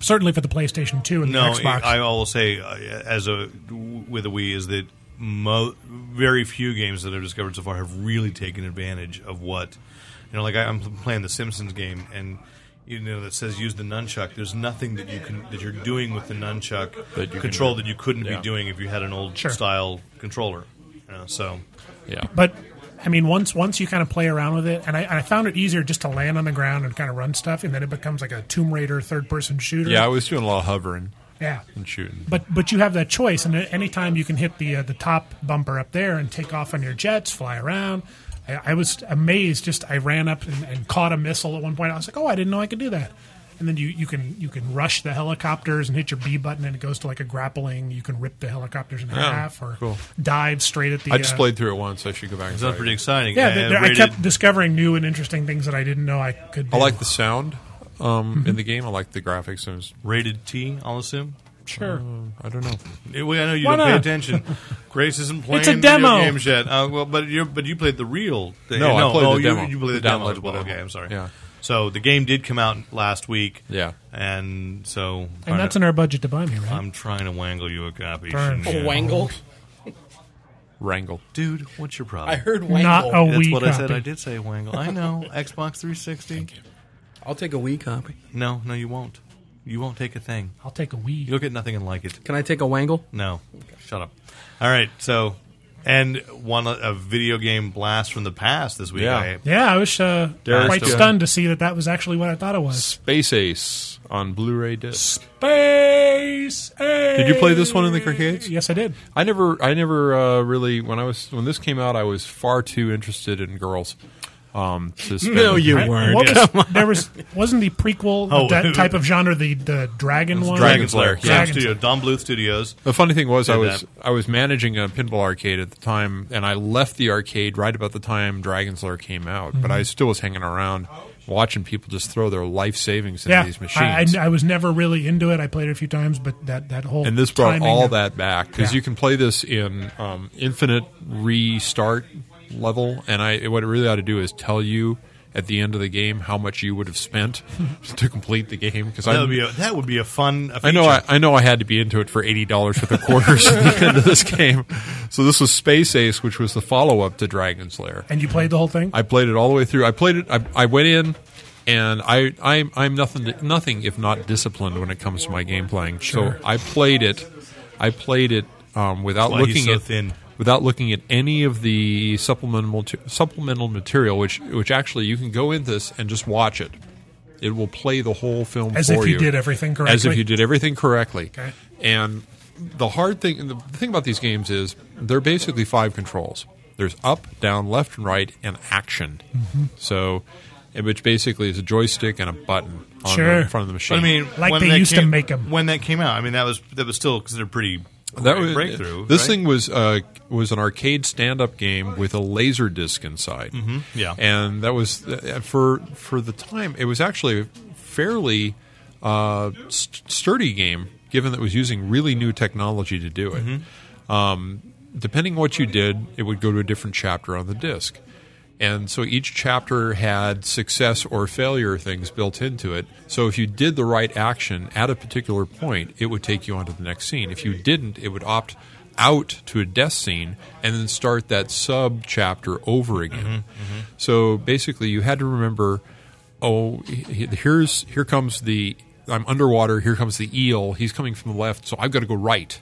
certainly for the PlayStation 2 and No, the Xbox. I will say uh, as a with a Wii is that mo- very few games that I've discovered so far have really taken advantage of what you know. Like I, I'm playing the Simpsons game and. You know that says use the nunchuck. There's nothing that you can that you're doing with the nunchuck That you control can- that you couldn't yeah. be doing if you had an old Sure. style controller. You know, so Yeah. But I mean, once once you kind of play around with it, and I, and I found it easier just to land on the ground and kind of run stuff, and then it becomes like a Tomb Raider third person shooter. Yeah, I was doing a lot of hovering yeah. and shooting. But but you have that choice, and at any time you can hit the uh, the top bumper up there and take off on your jets, fly around. I, I was amazed. Just I ran up and, and caught a missile at one point. I was like, oh, I didn't know I could do that. And then you, you can you can rush the helicopters and hit your B button, and it goes to like a grappling. You can rip the helicopters in half or Oh, cool. dive straight at the. I just uh, played through it once. I should go back. and Sounds try pretty it. exciting. Yeah, and th- there- I rated- kept discovering new and interesting things that I didn't know I could. Do. I like the sound um, Mm-hmm. in the game. I like the graphics. It was, uh, rated T. I'll assume. sure. I don't know. It- well, I know you Why don't pay not? attention. Grace isn't playing a video demo. games yet. Uh, well, but you but you played the real. Thing. No, I played oh, the you, demo. You played the, The demo. as downloadable well. demo. Okay, I'm sorry. Yeah. So the game did come out last week. Yeah. And so and that's in our budget to buy me, right? Um, I'm trying to wangle you a copy. Burn. shouldn't you? Wangle. Wrangle. Dude, what's your problem? I heard Wangle. Not a That's wee what I said. copy. I did say wangle. I know. Xbox 360. I'll take a Wii copy. No, no, you won't. You won't take a thing. I'll take a Wii. You'll get nothing and like it. Can I take a Wangle? No. Shut up. All right. So, and one a video game blast from the past this week. Yeah. I, Yeah, I was uh, Dare quite us to- stunned to see that that was actually what I thought it was. Space Ace on Blu-ray disc. Space Ace. Did you play this one in the arcades? Yes, I did. I never, I never uh, really when I was when this came out, I was far too interested in girls. Um, to spend- No, you I- weren't. what was- there was wasn't the prequel Oh. of that type of genre the the dragon one? Dragon's Lair. Dragon's Lair, Yeah. yeah. Studio, Don Bluth Studios. The funny thing was, I Did was that. I was managing a pinball arcade at the time, and I left the arcade right about the time Dragon's Lair came out. Mm-hmm. But I still was hanging around, watching people just throw their life savings into Yeah, these I, machines. I, I was never really into it. I played it a few times, but that that whole and this brought timing all of- that back because Yeah. you can play this in um, infinite restart level. And I what it really ought to do is tell you at the end of the game how much you would have spent to complete the game. Because That I would be a, that would be a fun. A I know I, feature. I know I had to be into it for eighty dollars for the quarters at the end of this game. So this was Space Ace, which was the follow up to Dragon's Lair. And you played the whole thing. I played it all the way through. I played it. I, I went in, and I I'm I'm nothing to, nothing if not disciplined when it comes to my game playing. So I played it. I played it um, without That's why he's looking so at thin. without looking at any of the supplemental mater- supplemental material, which which actually you can go in this and just watch it. It will play the whole film As for if you did everything As if correctly? you did everything correctly. Okay. And the hard thing, the thing about these games is they're basically five controls. There's up, down, left, and right, and action. Mm-hmm. So, and which basically is a joystick and a button on the, Sure. in front of the machine. But I mean, Like when they that used to came- make 'em. when that came out. I mean, that was that was still considered pretty that great was breakthrough. This right? thing was uh, was an arcade stand up game with a laser disc inside. Mm-hmm. Yeah. and that was uh, for for the time. It was actually a fairly uh, st- sturdy game, given that it was using really new technology to do it. Mm-hmm. Um, depending on what you did, it would go to a different chapter on the disc. And so each chapter had success or failure things built into it. So if you did the right action at a particular point, it would take you on to the next scene. If you didn't, it would opt out to a death scene and then start that sub chapter over again. So basically, you had to remember oh he- he- here's here comes the i'm underwater here comes the eel he's coming from the left so i've got to go right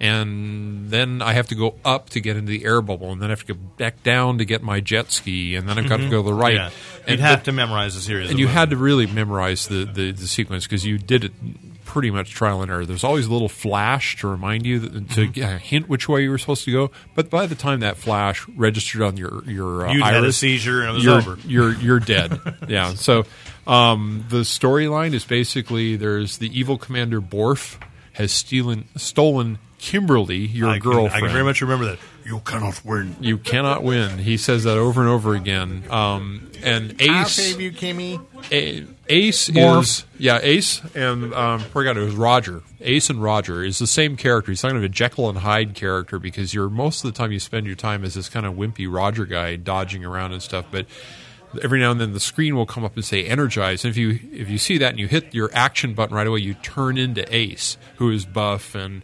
and then i have to go up to get into the air bubble and then i have to go back down to get my jet ski and then i've got to go to the right Mm-hmm. yeah. You'd and, have the- to memorize a series. and of you them. had to really memorize the, the, the sequence because you did it pretty much trial and error there's always a little flash to remind you that, Mm-hmm. to uh, hint which way you were supposed to go but by the time that flash registered on your your uh, You'd had a iris, seizure and it was you're, over. You're you're dead. yeah. So um, the storyline is basically there's the evil commander Borf has stolen stolen Kimberly, your I can, girlfriend. I can very much remember that. you cannot win. He says that over and over again. Um, and Ace, you, Kimmy. A- Ace Morph. is yeah Ace and um, I forgot it was Roger. Ace and Roger is the same character. He's kind of a Jekyll and Hyde character because you're most of the time you spend your time as this kind of wimpy Roger guy dodging around and stuff. But every now and then the screen will come up and say energize. And if you if you see that and you hit your action button right away, you turn into Ace, who is buff and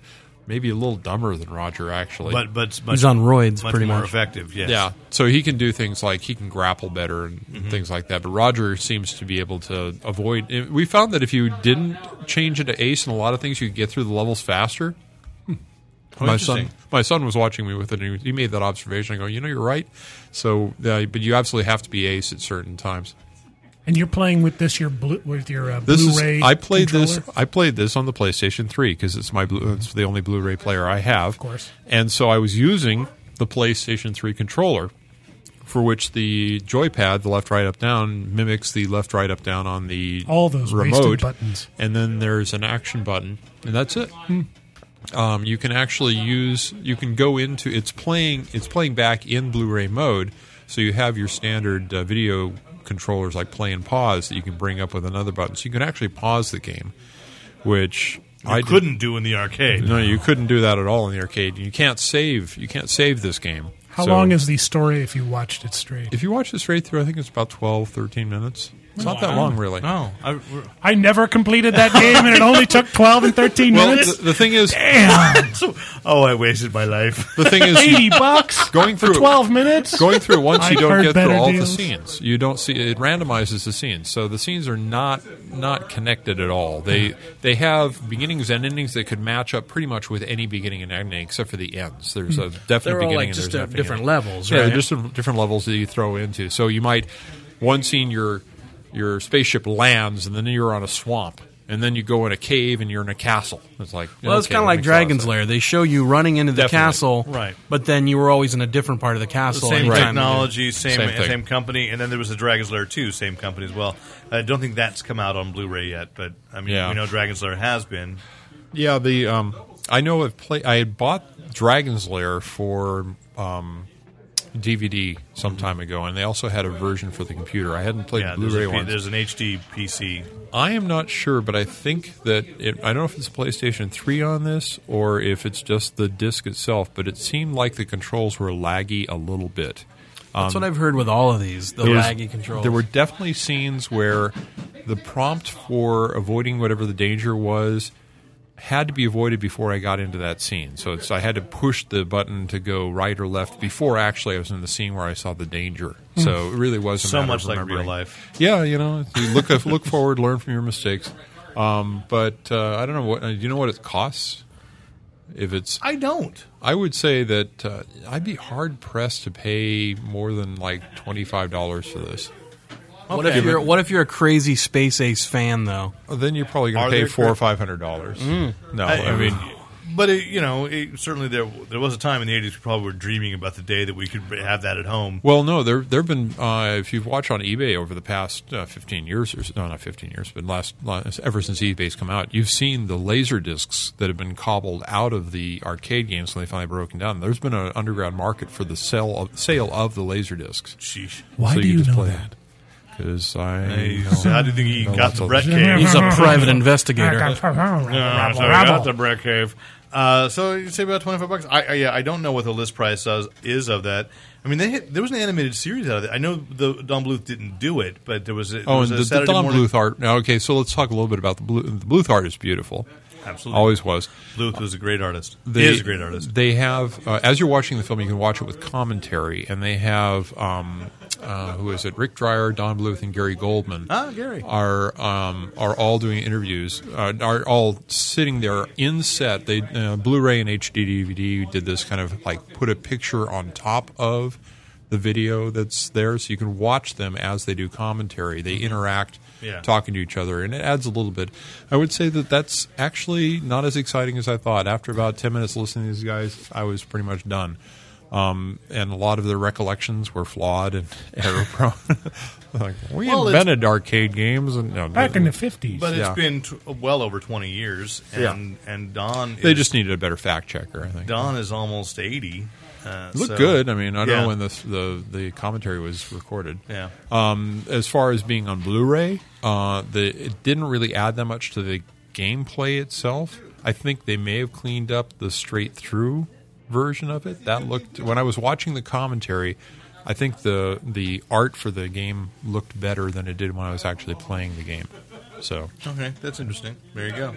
maybe a little dumber than Roger actually. But but much, He's on roids, much pretty more much. effective. Yes. Mm-hmm. Yeah. So he can do things like he can grapple better and things like that. But Roger seems to be able to avoid. eh, We found that if you didn't change into Ace and a lot of things, you could get through the levels faster. my son, Oh, interesting. my son was watching me with it, and he- he made that observation. I go, you know, you're right. So, uh, but you absolutely have to be ace at certain times. And you're playing with this your blue, with your uh, This Blu-ray. is I played this. controller? I played this on the PlayStation 3 because it's my blue, it's the only Blu-ray player I have. Of course. And so I was using the PlayStation 3 controller, for which the joypad, the left, right, up, down, mimics the left, right, up, down on the All those wasted remote buttons. And then there's an action button, and that's it. Um, you can actually use. You can go into. It's playing. It's playing back in Blu-ray mode. So you have your standard uh, video controllers like play and pause that you can bring up with another button. So you can actually pause the game, which I I did- couldn't do in the arcade. No, you couldn't do that at all in the arcade. You can't save. You can't save this game. How So long is the story if you watched it straight? If you watch this right through, I think it's about 12, 13 minutes. It's not that long, really. No, Oh, I, we're- I never completed that game, and it only took twelve and thirteen Well, minutes. the, the thing is, so, oh, I wasted my life. the thing is, Eighty bucks going through it- twelve minutes. going through it once you I've don't heard get through better all deals. the scenes you don't see it randomizes the scenes so the scenes are not not connected at all they they have beginnings and endings that could match up pretty much with any beginning and ending except for the ends there's Hmm. a definite They're all, beginning like, and just there's at definite different end. levels, yeah right? just some different levels that you throw into so you might one scene your your spaceship lands and then you're on a swamp and then you go in a cave and you're in a castle it's like Well, it's okay, kind that makes a of like lot of Dragon's sense. Lair. They show you running into the Definitely. castle, Right. But then you were always in a different part of the castle. same anytime you did. technology, same Same same, thing. company, and then there was the Dragon's Lair 2, same company as well. I don't think that's come out on Blu-ray yet, but I mean, Yeah. we know Dragon's Lair has been. Yeah, the um, I know I've play. I had bought Dragon's Lair for um, DVD some time ago, and they also had a version for the computer. I hadn't played Yeah, there's, Blu-ray a, P- ones. there's an HD PC. I am not sure, but I think that it, I don't know if it's PlayStation Three on this or if it's just the disc itself. But it seemed like the controls were laggy a little bit. That's what I've heard with all of these. The There was- laggy controls. There were definitely scenes where the prompt for avoiding whatever the danger was had to be avoided before I got into that scene. So it's, I had to push the button to go right or left before actually I was in the scene where I saw the danger. So it really was a So matter much of like remembering. real life. Yeah, you know, you look look forward, learn from your mistakes. Um, but uh, I don't know what. uh, Do you know what it costs? If it's I don't. I would say that uh, I'd be hard pressed to pay more than like twenty five dollars for this. what if you're What if you're a crazy Space Ace fan though? Well, then you're probably going Are to pay there four or cra- five hundred dollars. No, I, I- mean, But it, you know, it, certainly there there was a time in the 80s we probably were dreaming about the day that we could have that at home. well, no, there there've been uh, if you've watched on eBay over the past uh, fifteen years or so- no, not fifteen years, but last, last ever since eBay's come out, you've seen the laser discs that have been cobbled out of the arcade games when they finally broken down. There's been an underground market for the sale of, sale of the laser discs. Sheesh. Why so do you you just know play that? Because I Hey, know- so how do you think he know got lots the of- Brett cave? He's a private investigator. Uh, so I got the Brett cave. Uh, so you say about twenty five bucks. I, I yeah, I don't know what the list price is, is of that. I mean, they hit, there was an animated series out of it. I know the Don Bluth didn't do it, but there was a, there Oh, was a and the, the Saturday Don morning. Bluth art. Now, okay, so let's talk a little bit about the Bluth. The Bluth art is beautiful. Absolutely. always was. Bluth was a great artist. they, he is a great artist. They have, uh, as you're watching the film, you can watch it with commentary, and they have, um, uh, who is it? Rick Dreyer, Don Bluth, and Gary Goldman. Ah, Gary. are um, are all doing interviews. Uh, are all sitting there in set. They uh, Blu-ray and HD DVD did this kind of like put a picture on top of the video that's there, so you can watch them as they do commentary. They interact Yeah. talking to each other, and it adds a little bit. I would say that that's actually not as exciting as I thought. After about ten minutes listening to these guys, I was pretty much done. Um, and a lot of their recollections were flawed and error prone. like we Well, it's- invented arcade games, and no, Back they, in the fifties, But Yeah. it's been t- well over twenty years, and and Don they is, just needed a better fact checker. I think Don is almost eighty. Uh, It looked so- good. I mean, I don't Yeah. know when the, the the commentary was recorded. Yeah. Um, as far as being on Blu-ray, uh, the it didn't really add that much to the gameplay itself. I think they may have cleaned up the straight-through version of it. That looked when I was watching the commentary. I think the the art for the game looked better than it did when I was actually playing the game. So Okay, that's interesting. There you go.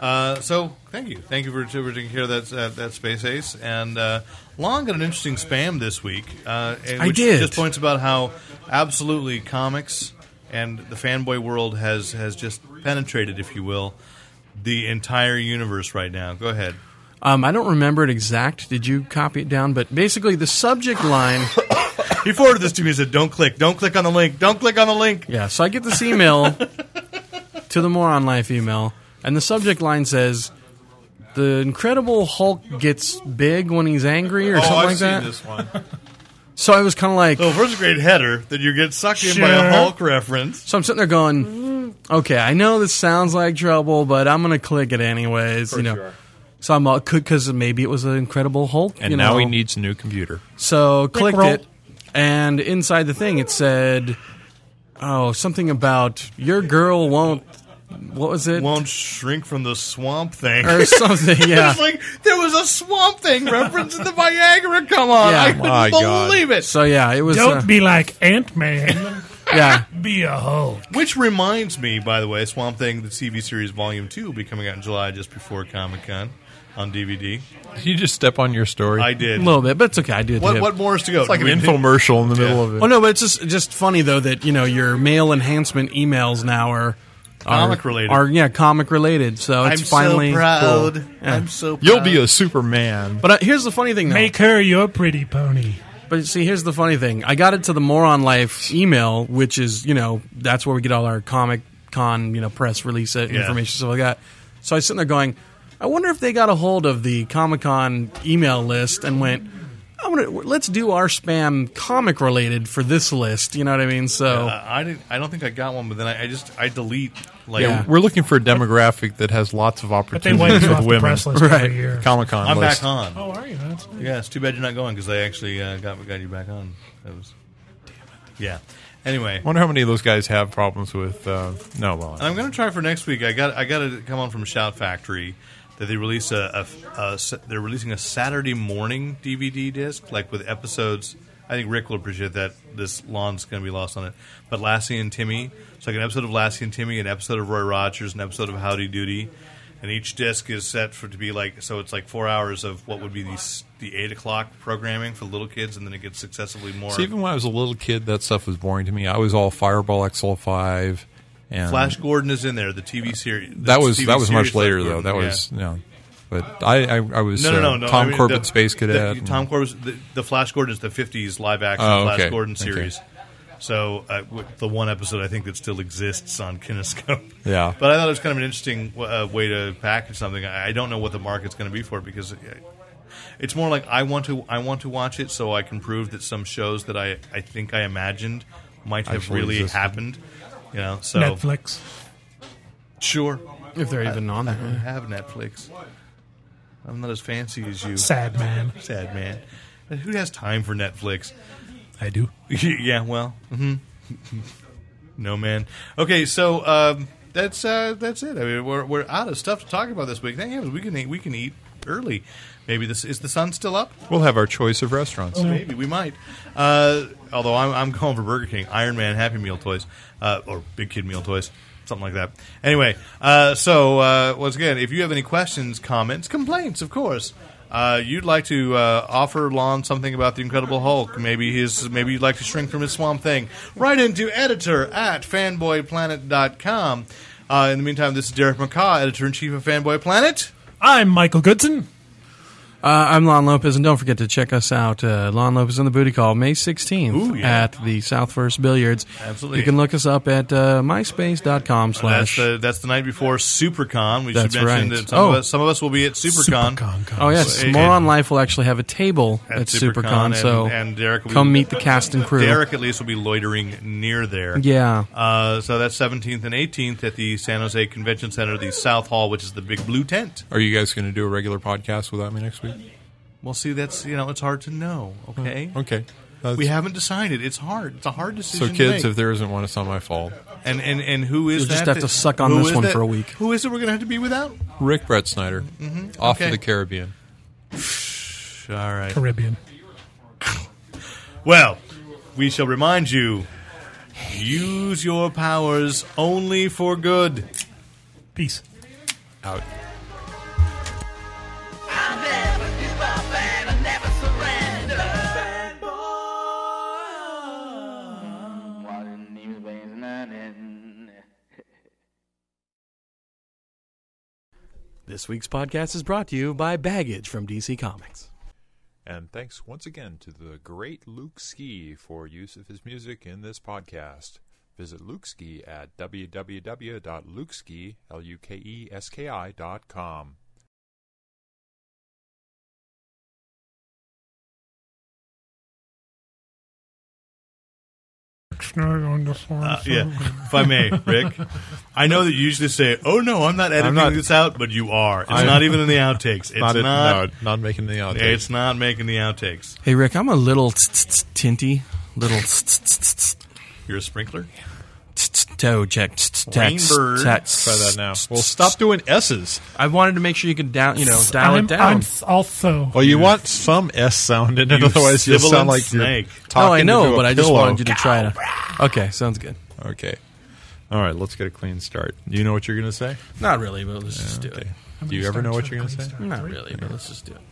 Uh, so thank you, thank you for, for taking care of that uh, that space ace. And uh, Long got an interesting spam this week, uh, and I which did. just points about how absolutely comics and the fanboy world has has just penetrated, if you will, the entire universe right now. Go ahead. Um, I don't remember it exact. Did you copy it down? But basically, the subject line. He forwarded this to me and said, "Don't click. Don't click on the link. Don't click on the link." Yeah, so I get this email to the Moron Life email, and the subject line says, "The Incredible Hulk gets big when he's angry" or Oh, something like that. one. So I was kind of like, So first grade header that you get sucked in by a Sure. Hulk reference. so I'm sitting there going, "Okay, I know this sounds like trouble, but I'm gonna click it anyways." You know, so I'm all could because maybe it was an Incredible Hulk. And you now know. he needs a new computer. So clicked roll. it, and inside the thing it said, "Oh, something about your girl won't." What was it? Won't shrink from the swamp thing. or something. Yeah. It's like there was a swamp thing reference in the Viagra. Come on, Yeah. I couldn't My God. believe it. So yeah, it was. uh, Don't be like Ant Man. yeah. be a Hulk. Which reminds me, by the way, Swamp Thing, the TV series Volume Two, will be coming out in July, just before Comic Con, on DVD. Did you just step on your story? I did. A little bit, but it's okay. I do it. what, too. what more is to go? it's like an We did- infomercial in the middle of it. Oh no, but it's just just funny though that you know your mail enhancement emails now are are- Comic related. Are yeah, comic related. So I'm it's finally so proud. cool. Yeah. I'm so. Proud. You'll be a Superman. But uh, here's the funny thing, though. Make her your pretty pony. But see, here's the funny thing. I got it to the Moron Life email, which is you know that's where we get all our Comic Con you know press release uh, Yeah. information stuff like that. So I was sitting there going, I wonder if they got a hold of the Comic Con email list and went, I'm gonna let's do our spam comic related for this list. You know what I mean? So Uh, I didn't. I don't think I got one, but then I, I just I delete like. Yeah. We're looking for a demographic that has lots of But they wipe opportunities you with off the women. press list Right. every year. Comic Con I'm list. back on. Oh, are you? That's Yeah, it's too bad you're not going because they actually uh, got got you back on. That was. Yeah. Anyway, I wonder how many of those guys have problems with. Uh, no, well, And I'm going to try for next week. I got I got to come on from Shout Factory that they release a, a- a s- they're releasing a Saturday morning DVD disc like with episodes. I think Rick will appreciate that. This lawn's going to be lost on it. But Lassie and Timmy, it's like an episode of Lassie and Timmy, an episode of Roy Rogers, an episode of Howdy Doody, and each disc is set for to be like so. It's like four hours of what would be the s- the eight o'clock programming for little kids, and then it gets successively more. See, even when I was a little kid, that stuff was boring to me. I was all Fireball XL5 and Flash Gordon is in there, the TV series. That was TV that was series much Flash later though. Gordon, That yeah. was no. But I I, I was No, no, uh, no, no. Tom I mean, Corbett the- Space Cadet. The, and- Tom Corbett's the, the Flash Gordon is the '50s live action Oh, Flash okay. Gordon Okay. series. So uh, w- the one episode I think that still exists on Kinescope. Yeah. But I thought it was kind of an interesting uh, way to package something. I, I don't know what the market's going to be for it because. uh, It's more like I want to I want to watch it so I can prove that some shows that I, I think I imagined might have Actually really existed. happened, you know. So Netflix. sure, if they're even on I there, have Netflix. I'm not as fancy as you. Sad man. Sad man. Who has time for Netflix? I do. yeah, well, hmm no man. Okay, so um, that's uh, that's it. I mean, we're, we're out of stuff to talk about this week. Thank heavens we can eat, we can eat early. Maybe this is the sun still up. We'll have our choice of restaurants. Maybe we might. Uh, although I'm, I'm calling for Burger King, Iron Man, Happy Meal toys, uh, or Big Kid Meal toys, something like that. Anyway, uh, so uh, once again, if you have any questions, comments, complaints, of course. Uh, you'd like to uh, offer Lon something about the Incredible Hulk? Maybe his, maybe you'd like to shrink from his Swamp Thing. Write into editor at fanboyplanet.com. Uh, in the meantime, this is Derek McCaw, editor in chief of Fanboy Planet. I'm Michael Goodson. uh, I'm Lon Lopez, and don't forget to check us out, uh, Lon Lopez and the Booty Call, May 16th Ooh, yeah. at the Southfirst Billiards. Absolutely. you can look us up at uh, myspace.com That's slash. the that's the night before SuperCon. We That's should mention right. that some, Oh. of us, some of us will be at SuperCon. Oh yes, So, it- Moron Life will actually have a table At at, SuperCon, SuperCon, and- so and Derek will be- come meet the cast and crew. Derek at least will be loitering near there. Yeah. Uh, so that's 17th and 18th at the San Jose Convention Center, the South Hall, which is the big blue tent. Are you guys going to do a regular podcast without me next week? Well, see, that's you know, it's hard to know. Okay. Okay. That's- We haven't decided. It's hard. It's a hard decision. so to kids, make. if there isn't one, it's not my fault. and and and who is You'll that just have that- to suck on who this is one that- for a week. Who is it? We're going to have to be without. Rick Brett Snyder, off Mm-hmm. okay. of the Caribbean. All right. Caribbean. Well, we shall remind you. Use your powers only for good. Peace. Out. I never give up and I never surrender. Fanboy. Watching these veins and This week's podcast is brought to you by Baggage from DC Comics. And thanks once again to the great Luke Ski for use of his music in this podcast. Visit Luke Ski at www.lukeski, E L-U-K-E-S-K-I dot com. Uh, yeah, if I may, Rick. I know that you usually say, "Oh no, I'm not editing not- this out," but you are. It's I'm- not even in the outtakes. It's not. in- no, not making the outtakes. it's not making the outtakes. Hey, Rick, I'm a little tinty, little toe You're a sprinkler. check. Rainbird. Try that now. Well, stop doing S's. I wanted to make sure you could down, you know, dial I'm, it down. I'm th- also. Well, you want some S sound in it, You otherwise you sibilant sound like snake. you're talking oh, I know, into a but I just pillow. wanted you to try to. Okay, sounds good. Okay. All right, let's get a clean start. Do you know what you're going to say? Not really, but let's just do Okay. it. Do you ever know what you're going to say? Not really, but let's just do it.